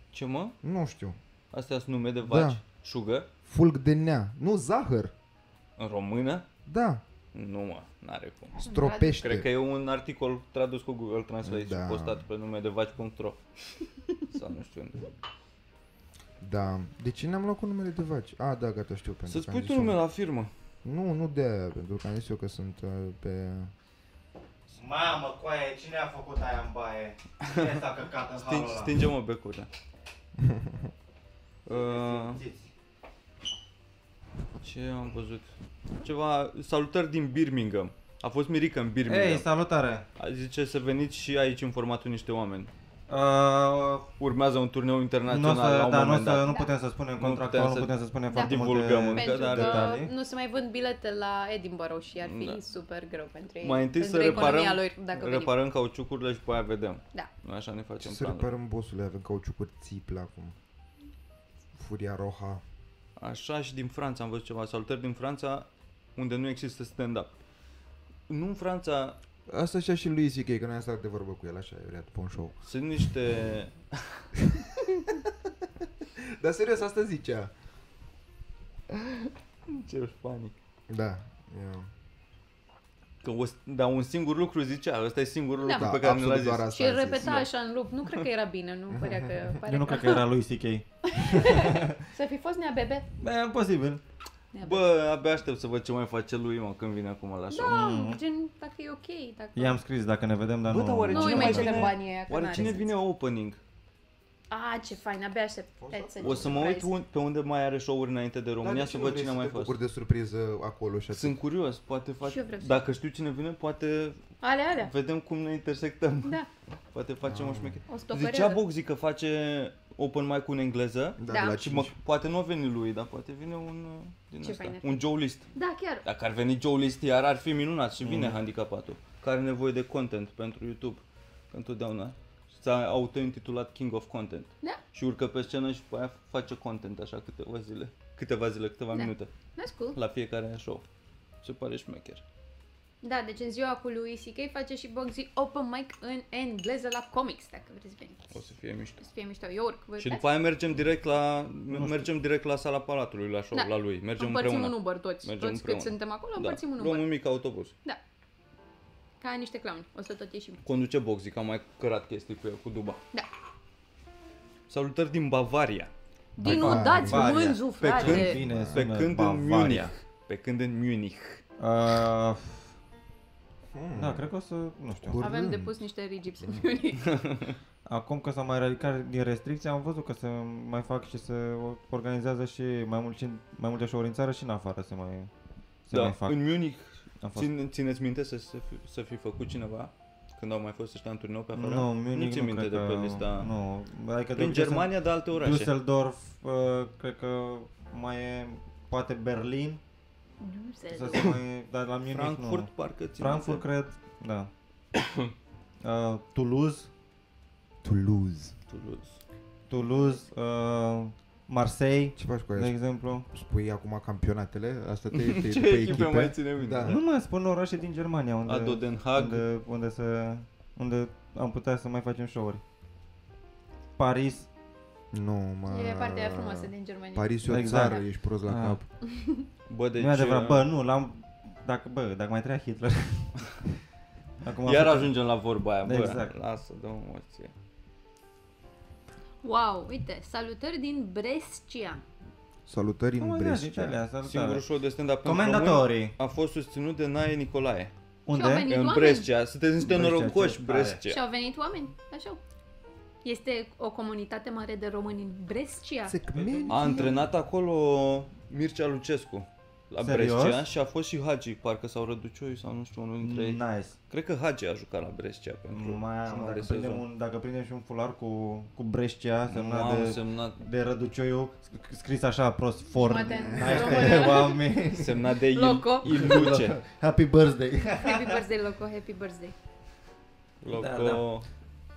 S4: Ce mă?
S1: Nu știu.
S4: Astea sunt nume de vaci.
S1: Da.
S4: Șugă?
S1: Fulg de nea. Nu, zahăr.
S4: În română?
S1: Da,
S4: Nu mă, n-are cum.
S1: stropește.
S4: Cred că e un articol tradus cu Google Translate
S1: Da.
S4: și postat pe nume de
S1: [laughs]
S4: vaci.ro Sau nu știu unde.
S1: Da. De ce ne-am luat cu numele de vaci? A, da, gata, știu. Pentru
S4: Să-ți
S1: că
S4: pui
S1: am
S4: tu
S1: zis eu-
S4: nume la firmă.
S1: Nu, nu de aia, pentru că am zis eu că sunt uh, pe...
S5: Mamă, coaie, cine a făcut aia în baie? Cine s-a căcat în
S4: Sting, stinge-mă
S1: [laughs]
S4: becurile. Uh, ce am văzut? Ceva, salutări din Birmingham. A fost Mirica în Birmingham.
S5: Ei, salutare!
S4: A- Zice să veniți și aici în formatul niște oameni.
S5: Uh,
S4: Urmează un turneu
S5: nu, o
S4: internațional la
S5: să,
S4: un
S5: da, nu, o
S4: moment
S5: să,
S4: dat.
S5: nu putem să spunem
S4: Nu
S5: contractul,
S4: putem
S5: nu
S4: să
S5: putem să spunem
S2: Da.
S5: foarte
S4: divulgăm
S5: multe...
S4: încă.
S2: Pentru
S4: dar-
S2: că
S5: detalii.
S2: nu se mai vând bilete la Edinburgh și ar fi
S4: Da.
S2: super greu pentru ei.
S4: Mai întâi
S2: pentru
S4: să reparăm,
S2: economia lor, dacă venim.
S4: reparăm cauciucurile și pe aia vedem.
S2: Da.
S4: Noi așa ne
S1: Ce
S4: facem
S1: să
S4: planul.
S1: reparăm bosule, avem cauciucuri țiplă acum. Furia roha.
S4: Așa și din Franța am văzut ceva. Salutări din Franța unde nu există stand-up. Nu în Franța
S1: Asta și și lui C.K. că noi am stat de vorbă cu el, așa, e reat, pun show.
S4: sunt niște...
S1: Dar serios, asta zicea.
S4: Ce funny.
S1: Da. eu-
S4: Că o, dar un singur lucru zicea, ăsta e singurul
S2: Da.
S4: lucru
S1: Da,
S4: pe care ne l-a
S1: absolut
S4: zis.
S1: doar asta
S2: Și îl
S1: a zis,
S2: repeta
S1: da.
S2: așa în loop. Nu cred că era bine, nu părea
S4: [laughs]
S2: că... Pare
S5: Eu nu
S2: că...
S5: cred că era lui CK.
S2: Să fi fost nea bebe.
S5: Bă, posibil.
S2: Nea bebe.
S4: Bă, abia aștept să văd ce mai face lui, mă, când vine acum la show.
S2: Da, gen, dacă e ok, dacă...
S5: I-am scris dacă ne vedem, dar
S4: Bă,
S5: nu...
S4: dar oare
S2: Nu
S4: cine
S2: îi
S4: mai
S2: mai cere
S4: vine?
S2: banii aia, că
S4: Oare
S2: n-are
S4: cine
S2: sens.
S4: vine opening?
S2: A, ce fain, abia aștept. Hai să-
S4: O să mă uit
S2: surprise.
S4: un, pe unde mai are show-uri înainte de
S1: Dar de
S4: România
S1: ce
S4: să
S1: nu
S4: văd
S1: vrei
S4: cine a
S1: să
S4: mai
S1: te
S4: fost.
S1: bucuri de surpriză acolo și atât.
S4: Sunt curios, poate
S2: Și eu vreau
S4: fac...
S2: să-
S4: Dacă știu cine vine, poate
S2: Ale, ale.
S4: vedem cum ne intersectăm.
S2: Da.
S4: Poate facem o șmecherie.
S2: O stopăreală.
S4: Zicea Bogzi că face open mic cu în engleză.
S1: Da,
S2: Da.
S1: De la
S4: Și mă,
S1: 5.
S4: poate nu a venit lui, dar poate vine un uh, din
S2: Ce
S4: ăsta,
S2: fain ar fi.
S4: un Joe List.
S2: Da, chiar.
S4: Dacă ar veni Joe List iar ar fi minunat și vine handicapatul, care are nevoie de content pentru YouTube întotdeauna. S-a autointitulat King of Content.
S2: Da.
S4: Și urcă pe scenă și pe aia face content așa câteva zile, câteva zile, câteva
S2: Da.
S4: minute
S2: That's cool.
S4: la fiecare show. Se pare șmecher.
S2: Da, deci în ziua cu lui C.K. face și Bogzi open mic în engleză la comics, dacă vreți să veniți.
S4: O să fie mișto.
S2: O să fie mișto. Eu urc, voi
S4: Și
S2: urcați?
S4: după aia mergem direct la mergem direct la sala palatului, la show,
S2: Da.
S4: la lui. Mergem
S2: împărțim
S4: împreună.
S2: un Uber toți.
S4: Mergem
S2: toți
S4: împreună.
S2: cât suntem acolo,
S4: da.
S2: împărțim un Uber.
S4: Luăm un mic autobuz.
S2: Da. Ca niște clown. O să tot ieșim.
S4: Conduce Boxy, că am mai cărat chestii cu el, cu Duba.
S2: Da.
S4: Salutări din Bavaria.
S2: Din nu dați
S5: Bavaria.
S2: mânzul,
S4: Pe
S2: frate.
S4: când,
S5: Bine
S4: pe
S5: sună,
S4: când în
S5: Bavaria.
S4: Munich. Pe când în Munich.
S5: Uh,
S4: Hmm.
S5: Da, cred că o să, nu știu.
S2: Avem
S1: Curând.
S2: depus niște rigips în
S4: [laughs]
S2: Munich.
S5: Acum că s-a mai eradicat din restricții, am văzut că se mai fac și se organizează și mai, mult, și mai multe show-uri în țară și în afară se mai, se
S4: da,
S5: mai fac.
S4: în Munich
S5: A fost.
S4: Țin, țineți minte să, să, fi, să fi făcut cineva când au mai fost ăștia în turneu pe afară?
S5: Nu,
S4: nu
S5: Munich
S4: țin minte
S5: cred
S4: de pe
S5: că-
S4: lista.
S5: Nu, adică
S4: Prin
S5: Dusel-
S4: Germania, de alte orașe.
S5: Düsseldorf, uh, cred că mai e, poate Berlin,
S2: Nu se
S5: să se mai, dar la Munich
S4: Frankfurt,
S5: nu.
S4: parcă țin
S5: Frankfurt,
S4: minte.
S5: cred, da. Uh, Toulouse,
S1: Toulouse.
S4: Toulouse.
S5: Toulouse, uh, Marseille,
S1: Ce faci cu
S5: de
S1: aia?
S5: exemplu.
S1: Spui acum campionatele? Asta te,
S4: [laughs]
S1: te
S4: Ce
S1: pe
S4: echipe
S1: echipe?
S4: mai ține minte?
S1: Da.
S5: Nu mai spun orașe din Germania unde,
S4: Ado Den Haag.
S5: unde, unde, să, unde am putea să mai facem show-uri. Paris,
S1: Nu, mă...
S2: E partea aia frumoasă din Germania.
S1: Paris e o
S5: Exact.
S1: țară, ești prost la
S5: Ah.
S1: cap.
S4: Bă, deci,
S5: nu e adevărat,
S4: uh,
S5: bă, nu, l-am, dacă, bă, dacă mai trăia
S4: [laughs]
S5: Hitler. Acum
S4: Iar
S5: putem-
S4: ajungem la vorba aia, bă,
S5: Exact. Da,
S4: lasă, dă-mă morție.
S2: Wow, uite, salutări din Brescia.
S1: Salutări
S5: Cum
S1: în
S5: mai zici,
S1: Brescia.
S5: Italia, salutare.
S4: Singurul show de stand-up în român
S5: Comandatorii.
S4: a fost susținut de Nae Nicolae.
S2: Și au
S5: Unde?
S2: venit
S4: În
S2: oameni.
S4: Brescia, sunteți niște
S5: Brescia,
S4: norocoși,
S5: ce tare.
S2: Și
S4: Brescia.
S2: au venit oameni, așa. Este o comunitate mare de români în Brescia.
S4: A antrenat acolo Mircea Lucescu la
S5: Serios?
S4: Brescia și a fost și Hagi, parcă sau Răducioi sau nu știu, unul dintre ei.
S5: Nice.
S4: Cred că Hagi a jucat la Brescia pentru
S5: Mai am,
S4: jumătate
S5: dacă
S4: de
S5: prindem,
S4: sezon.
S5: un, dacă prindem și un fular cu, cu Brescia, semnat
S4: Mamă,
S5: de,
S4: semnat,
S5: de Răducioiu, sc- scris așa prost, Ford.
S2: Jumate în
S5: Nice,
S2: română.
S5: oameni.
S4: semnat de Il-
S2: Loco.
S5: [laughs]
S4: Iluce.
S6: Happy birthday!
S2: Happy birthday, loco, happy birthday.
S5: Da,
S4: Loco.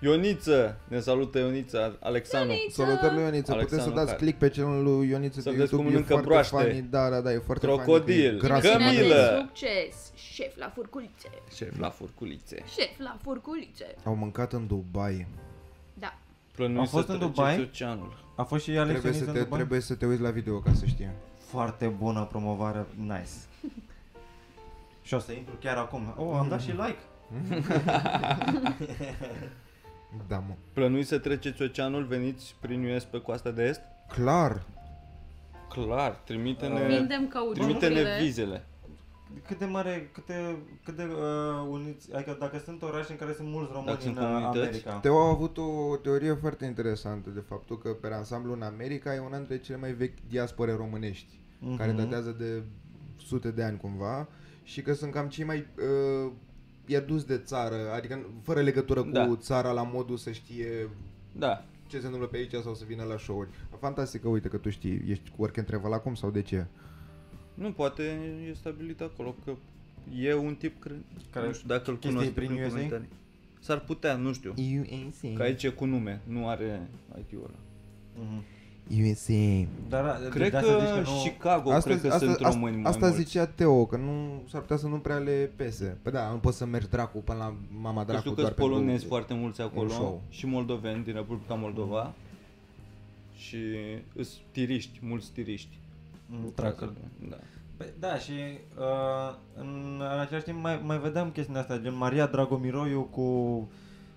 S4: Ioniță, ne salută Ionița, Alexandru.
S1: Salutări lui Ioniță, puteți să
S4: Alexandru
S1: dați
S4: Care.
S1: click pe celul lui Ioniță
S4: Să
S1: pe
S4: vedeți
S1: YouTube,
S4: cum
S1: e
S4: mănâncă
S1: foarte
S4: broaște.
S1: funny, da, da, da, e foarte
S4: Crocodil.
S1: funny, că e gras,
S4: Cămilă.
S2: Emisiunea
S1: mănâncă.
S2: de succes, șef la furculițe,
S4: Șef la furculițe.
S2: șef la furculițe.
S1: Au mâncat în Dubai.
S2: Da.
S4: Plănui
S5: Au fost
S4: să
S5: în
S4: treceți
S5: Dubai?
S4: oceanul.
S5: A fost și ea
S1: Trebuie
S5: lecționistă
S1: să,
S5: în
S1: te,
S5: Dubai?
S1: trebuie să te uiți la video ca să știi.
S5: Foarte bună promovare, nice. Și o să intru chiar acum. Oh, am dat și
S4: Mm.
S5: like.
S1: Da, mă.
S4: Plănuiți să treceți oceanul, veniți prin US pe coasta de est?
S1: Clar,
S4: Clar, trimite-ne,
S2: Vindem
S4: trimite-ne
S2: căuturile.
S4: vizele.
S5: Cât de mare, cât de, cât de uh, uniți, adică dacă sunt orașe în care sunt mulți români
S4: Dacă sunt
S5: în uh,
S4: comunități.
S5: America.
S1: Teo a avut o teorie foarte interesantă de faptul că pe ansamblu în America e una dintre cele mai vechi diaspore românești,
S4: Mhm.
S1: mm-hmm. care datează de sute de ani cumva și că sunt cam cei mai uh, pierduți de țară, adică fără legătură cu
S4: Da.
S1: da. țara la modul să știe
S4: Da,
S1: ce se întâmplă pe aici sau să vină la show-uri. Fantastic că uite că tu știi, ești cu work and travel acum sau de ce?
S4: nu poate e stabilit acolo că e un tip cre...
S5: Care
S4: care nu știu dacă îl
S5: chestii
S4: cunoști
S5: prin USA?
S4: comentarii. S-ar putea, nu știu.
S6: USA.
S4: Că aici e cu nume, nu are IT-ul ăla.
S5: Mhm.
S6: USA.
S5: Dar de-
S4: Cred
S5: Deci de
S4: că,
S5: asta zici nu-
S4: Chicago, cred că sunt români mai
S1: asta
S4: mulți.
S1: zicea Teo, că nu s-ar putea să nu prea le pese. Păi da, nu poți să mergi dracu până la mama
S4: Că
S1: dracu
S4: știu că
S1: doar
S4: sunt polonezi
S1: pentru-
S4: foarte mulți acolo
S1: show.
S4: și moldoveni din Republica Moldova și îs tiriști, mulți tiriști.
S5: Mm, tracker.
S4: Da.
S5: Păi, da, și uh, în, în același timp mai, mai vedeam chestiunea asta, gen Maria Dragomiroiu cu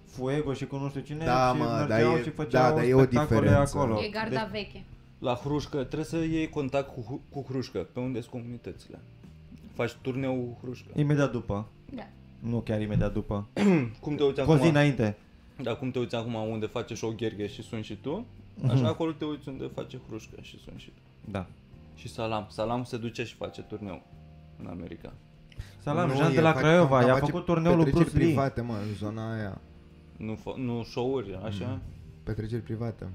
S5: Fuego și cu nu știu cine
S1: Da,
S5: și
S1: mă, dar
S5: mergeau
S1: e-
S5: și
S1: da,
S5: făceau
S1: dar e o
S5: spectacole
S1: diferență.
S5: acolo.
S2: E garda
S5: Deci,
S2: veche.
S4: La Hrușcă, trebuie să iei contact cu, Hru- cu Hrușcă, pe unde sunt comunitățile. Faci turneul cu Hrușcă.
S5: Deci, imediat după.
S2: Da.
S5: Nu chiar imediat după.
S4: Cum te uiți
S5: Cu o zi
S4: acum?
S5: înainte.
S4: Da, cum te uiți acum unde face show Gherghe și suni și tu,
S1: Mhm.
S4: așa acolo te uiți unde face Hrușcă și suni și tu.
S5: Da.
S4: Și Salam. Salam se duce și face turneu în America.
S5: Salam,
S1: Nu,
S5: Jean de
S1: el
S5: la
S1: face-
S5: Craiova,
S1: da,
S5: i-a
S1: face
S5: făcut turneul lui
S1: petreceri
S5: Bruce Lee.
S1: private, mă, în zona aia.
S4: Nu, fo- nu show-uri, așa? Ah. Mm.
S1: Mhm. Petreceri private.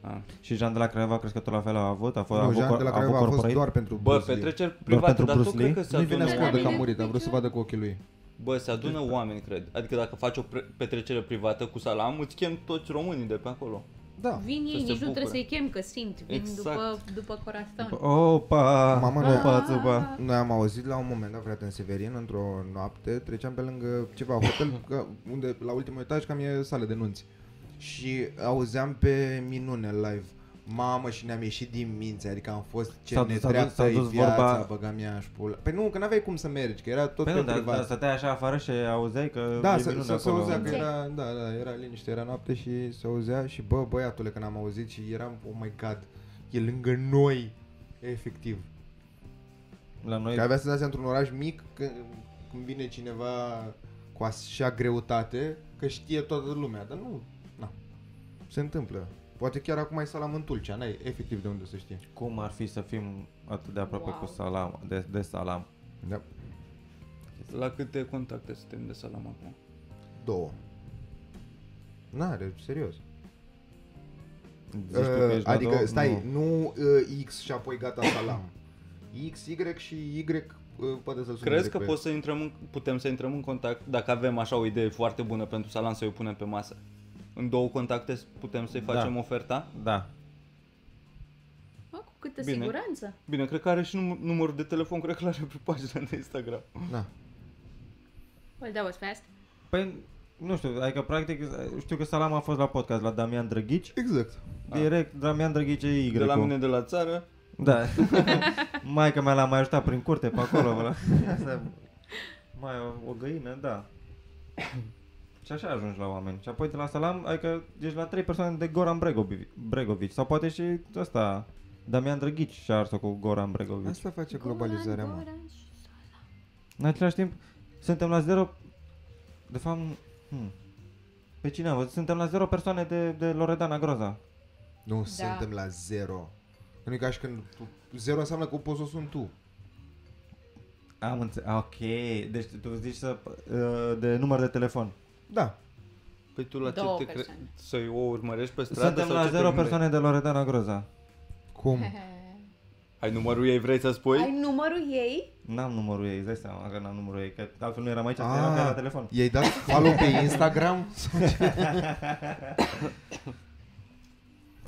S5: Păi,
S4: A.
S5: Și Jean de la Craiova crezi că tot la fel a avut? A fost, a
S1: nu,
S5: avut,
S1: Jean
S5: cor-
S1: de la
S5: a avut
S1: Craiova a fost
S5: corporate?
S1: doar pentru
S4: Bă,
S1: Bruce Lee.
S4: petreceri private,
S5: pentru
S4: dar
S5: Bruce
S4: tot cred
S5: Lee?
S4: că se
S1: Nu-i vine
S4: adună
S1: să
S2: la
S1: vadă că a
S2: mine,
S1: murit, dar vreau
S2: nici
S1: să
S2: eu.
S1: vadă cu ochii lui.
S4: Bă, se adună oameni, cred. Adică dacă faci o pre- petrecere privată cu salam, îți chem toți românii de pe acolo.
S1: Da.
S2: Vin ei,
S4: Ah, se
S2: nici nu
S4: bucure.
S2: trebuie să-i chem, că simt. Vin
S4: Exact.
S2: după, după Corastan.
S5: Opa,
S1: Mamă, nu.
S5: opa, țupa.
S1: Noi am auzit la un moment dat, frate, în Severin, într-o noapte, treceam pe lângă ceva
S5: [laughs]
S1: hotel, că, unde la ultimul etaj cam e sală de nunți. Și auzeam pe minune live. Mamă, și ne-am ieșit din minți, adică am fost ce
S5: S-a dus- s-a dus-
S1: nedreaptă
S5: s-a
S1: e
S5: dus
S1: viața,
S5: vorba-
S1: vorba... băga mea și pula. Păi nu, că n-aveai cum să mergi, că era tot
S5: Păi
S1: pe
S5: nu, dar
S1: privat.
S5: dar stăteai așa afară și auzeai că
S1: Da,
S5: e
S1: se,
S5: minune
S1: se, se
S5: acolo.
S1: auzea că era, da, da, era liniște, era noapte și se auzea și bă, băiatule, când am auzit și eram, oh my god, e lângă noi, efectiv.
S5: La noi
S1: Că avea senzația într-un oraș mic, că, când vine cineva cu așa greutate, că știe toată lumea, dar nu, na, se întâmplă. Poate chiar acum ai salam în Tulcea, n-ai efectiv de unde să știi.
S5: Cum ar fi să fim atât de aproape
S2: Wow.
S5: cu salam, de, de salam?
S1: Da.
S4: La câte contacte suntem de salam acum?
S1: Două. N-are, serios.
S5: Zici tu că ești la
S1: adică,
S5: două?
S1: stai,
S5: Nu.
S1: nu, uh, X și apoi gata salam. X, Y și Y uh, poate să-l suneze
S4: Crezi că
S1: pe-
S4: poți să intrăm în, putem să intrăm în contact dacă avem așa o idee foarte bună pentru salam să o punem pe masă? În două contacte putem să-i
S5: Da.
S4: facem oferta?
S5: Da.
S2: Mă, cu câtă
S4: Bine.
S2: siguranță.
S4: Bine, cred că are și num- numărul de telefon, cred că l-are pe pagina de Instagram.
S1: Da.
S2: Well, that was fast.
S5: Păi, nu știu, adică practic știu că Salam a fost la podcast la Damian Drăghici.
S1: Exact.
S5: Direct, Damian Drăghici e Y.
S4: De la mine de la țară,
S5: Da.
S4: [laughs]
S5: Maica mea l-a mai ajutat prin curte pe acolo. Mă la... mai o, o găină, da. Și așa ajungi la oameni. Și apoi de la Salam, adică ești la trei persoane de Goran Bregovi- Bregovici. Sau poate și ăsta, Damian Drăghici și-a ars-o cu Goran Bregovici.
S1: Asta face globalizarea,
S2: Goran,
S1: mă.
S2: Goran și Sala.
S5: În același timp, suntem la zero... De fapt, hmm. Pe cine am văzut? Suntem la zero persoane de, de Loredana Groza.
S1: Nu, suntem la zero. Nu e ca și când tu, zero înseamnă că poți să o sun tu.
S5: Am înțeles. Ok. Deci tu zici să, uh, de număr de telefon.
S1: Da.
S4: Păi tu la
S2: Două
S4: ce te crezi?
S2: persoane.
S4: Să-i o urmărești pe stradă?
S5: Suntem
S4: sau
S5: la
S4: ce te
S5: zero
S4: gândești?
S5: persoane de Loredana Groza.
S2: [laughs]
S1: Cum?
S4: Ai numărul ei, vrei să spui?
S2: Ai numărul ei?
S5: N-am numărul ei, îți dai seama că n-am numărul ei, că altfel nu eram aici, eram pe la telefon.
S1: Ah, i-ai dat follow
S5: [laughs]
S1: pe Instagram? [laughs]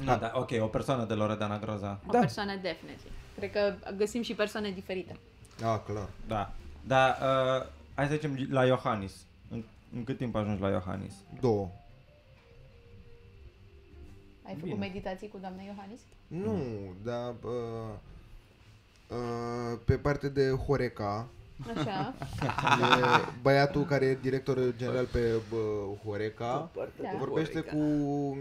S5: Da, da, ok, o persoană de Loredana Groza.
S2: O persoană definitely. Cred că găsim și persoane diferite.
S1: da, clar.
S5: Da. Dar, uh, hai să zicem la Iohannis. În, în cât timp ajungi la Iohannis?
S1: Două.
S2: Ai făcut meditații cu doamna Iohannis?
S1: Nu,
S5: Mm.
S1: dar uh, uh, pe parte de
S5: [laughs]
S1: Horeca,
S2: Așa, [laughs]
S1: e băiatul care e director general pe bă, Horeca,
S2: de
S1: vorbește cu,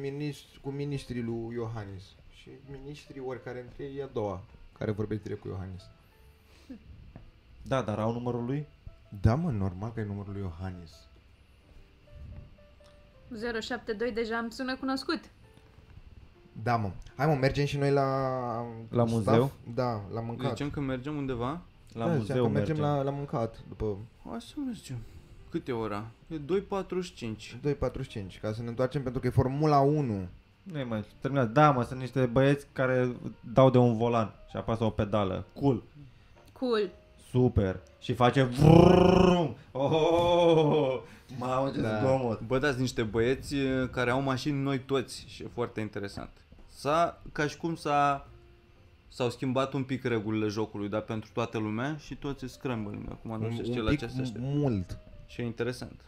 S1: miniștri, cu ministrii lui Iohannis. Și ministrii, oricare între ei, e a doua care vorbește direct cu Iohannis.
S5: Da, dar au numărul lui?
S1: Da, mă, normal că e numărul lui Iohannis.
S2: 072 deja îmi sună cunoscut.
S1: Da, mă. Hai, mă, mergem și noi la...
S5: La
S1: staff?
S5: muzeu?
S1: Da, la mâncat.
S4: Zicem că mergem undeva?
S5: La
S1: da, ziceam
S5: muzeu
S1: că
S5: mergem.
S1: mergem la, la mâncat după
S4: Hai să mergem. Câte ora? E 2.45.
S1: 2.45, ca să ne întoarcem pentru că e Formula 1.
S5: Nu e mai terminat. Da, mă, sunt niște băieți care dau de un volan și apasă o pedală. Cool.
S2: Cool.
S5: Super. Și face vrum. Oh, mamă, ce da. zgomot.
S4: Bă, dați niște băieți e, care au mașini noi toți și e foarte interesant. S-a, ca și cum s-a, s-au schimbat un pic regulile jocului, dar pentru toată lumea și toți e scrambling acum, nu știu ce la ce se aștept.
S1: mult.
S4: Și e interesant.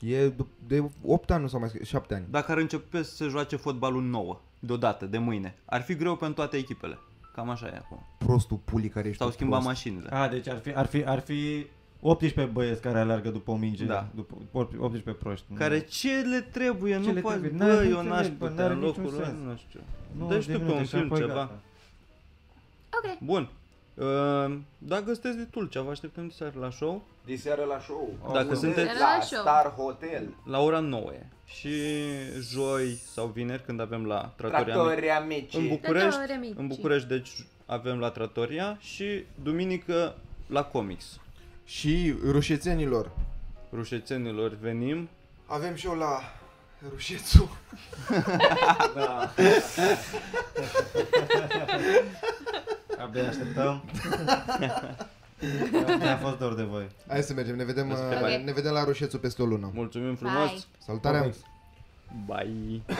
S1: E dup- de 8 ani nu s-au mai scris, 7 ani.
S4: Dacă ar începe să se joace fotbalul nouă, deodată, de mâine, ar fi greu pentru toate echipele. Cam așa e acum.
S1: Prostul pulii care ești
S4: S-au
S1: tu
S4: schimbat
S1: prost.
S4: mașinile.
S5: A, deci ar fi, ar fi, ar fi 18 băieți care alergă după o minge.
S4: Da.
S5: După, 18 proști. nu?
S4: Care ce le trebuie,
S5: Ce
S4: nu
S5: le
S4: faci,
S5: trebuie? N-ai-
S4: bă,
S5: nu
S4: eu n-aș
S5: înțeleg, bă,
S4: putea
S5: n-are
S4: în
S5: niciun
S4: locul ăla,
S5: sens.
S4: nu știu.
S5: Nu,
S4: Deci
S5: de
S4: tu pe
S5: minute
S4: un
S5: și
S4: film
S5: apoi
S4: ceva.
S5: gata.
S2: Ok.
S4: Bun. Uh, dacă sunteți de Tulcea, vă așteptăm seara la show.
S7: Diseară la show.
S4: Dacă sunteți
S2: Era la show.
S7: Star Hotel.
S4: la ora 9 și joi sau vineri când avem la Trattoria, Mici-
S7: Tratoria mici.
S4: în București,
S2: Trattoria Mici.
S4: în București deci avem la Trattoria și duminică la Comics.
S1: Și rușețenilor.
S4: Rușețenilor venim.
S1: Avem și eu la rușețu.
S5: Abia așteptăm. Mi-a fost dor de voi.
S1: Hai să mergem, ne vedem,
S4: Despre
S1: uh,
S2: bani.
S1: ne vedem la rușețu peste o lună.
S4: Mulțumim frumos.
S2: Bye.
S1: Salutare!
S4: Bye.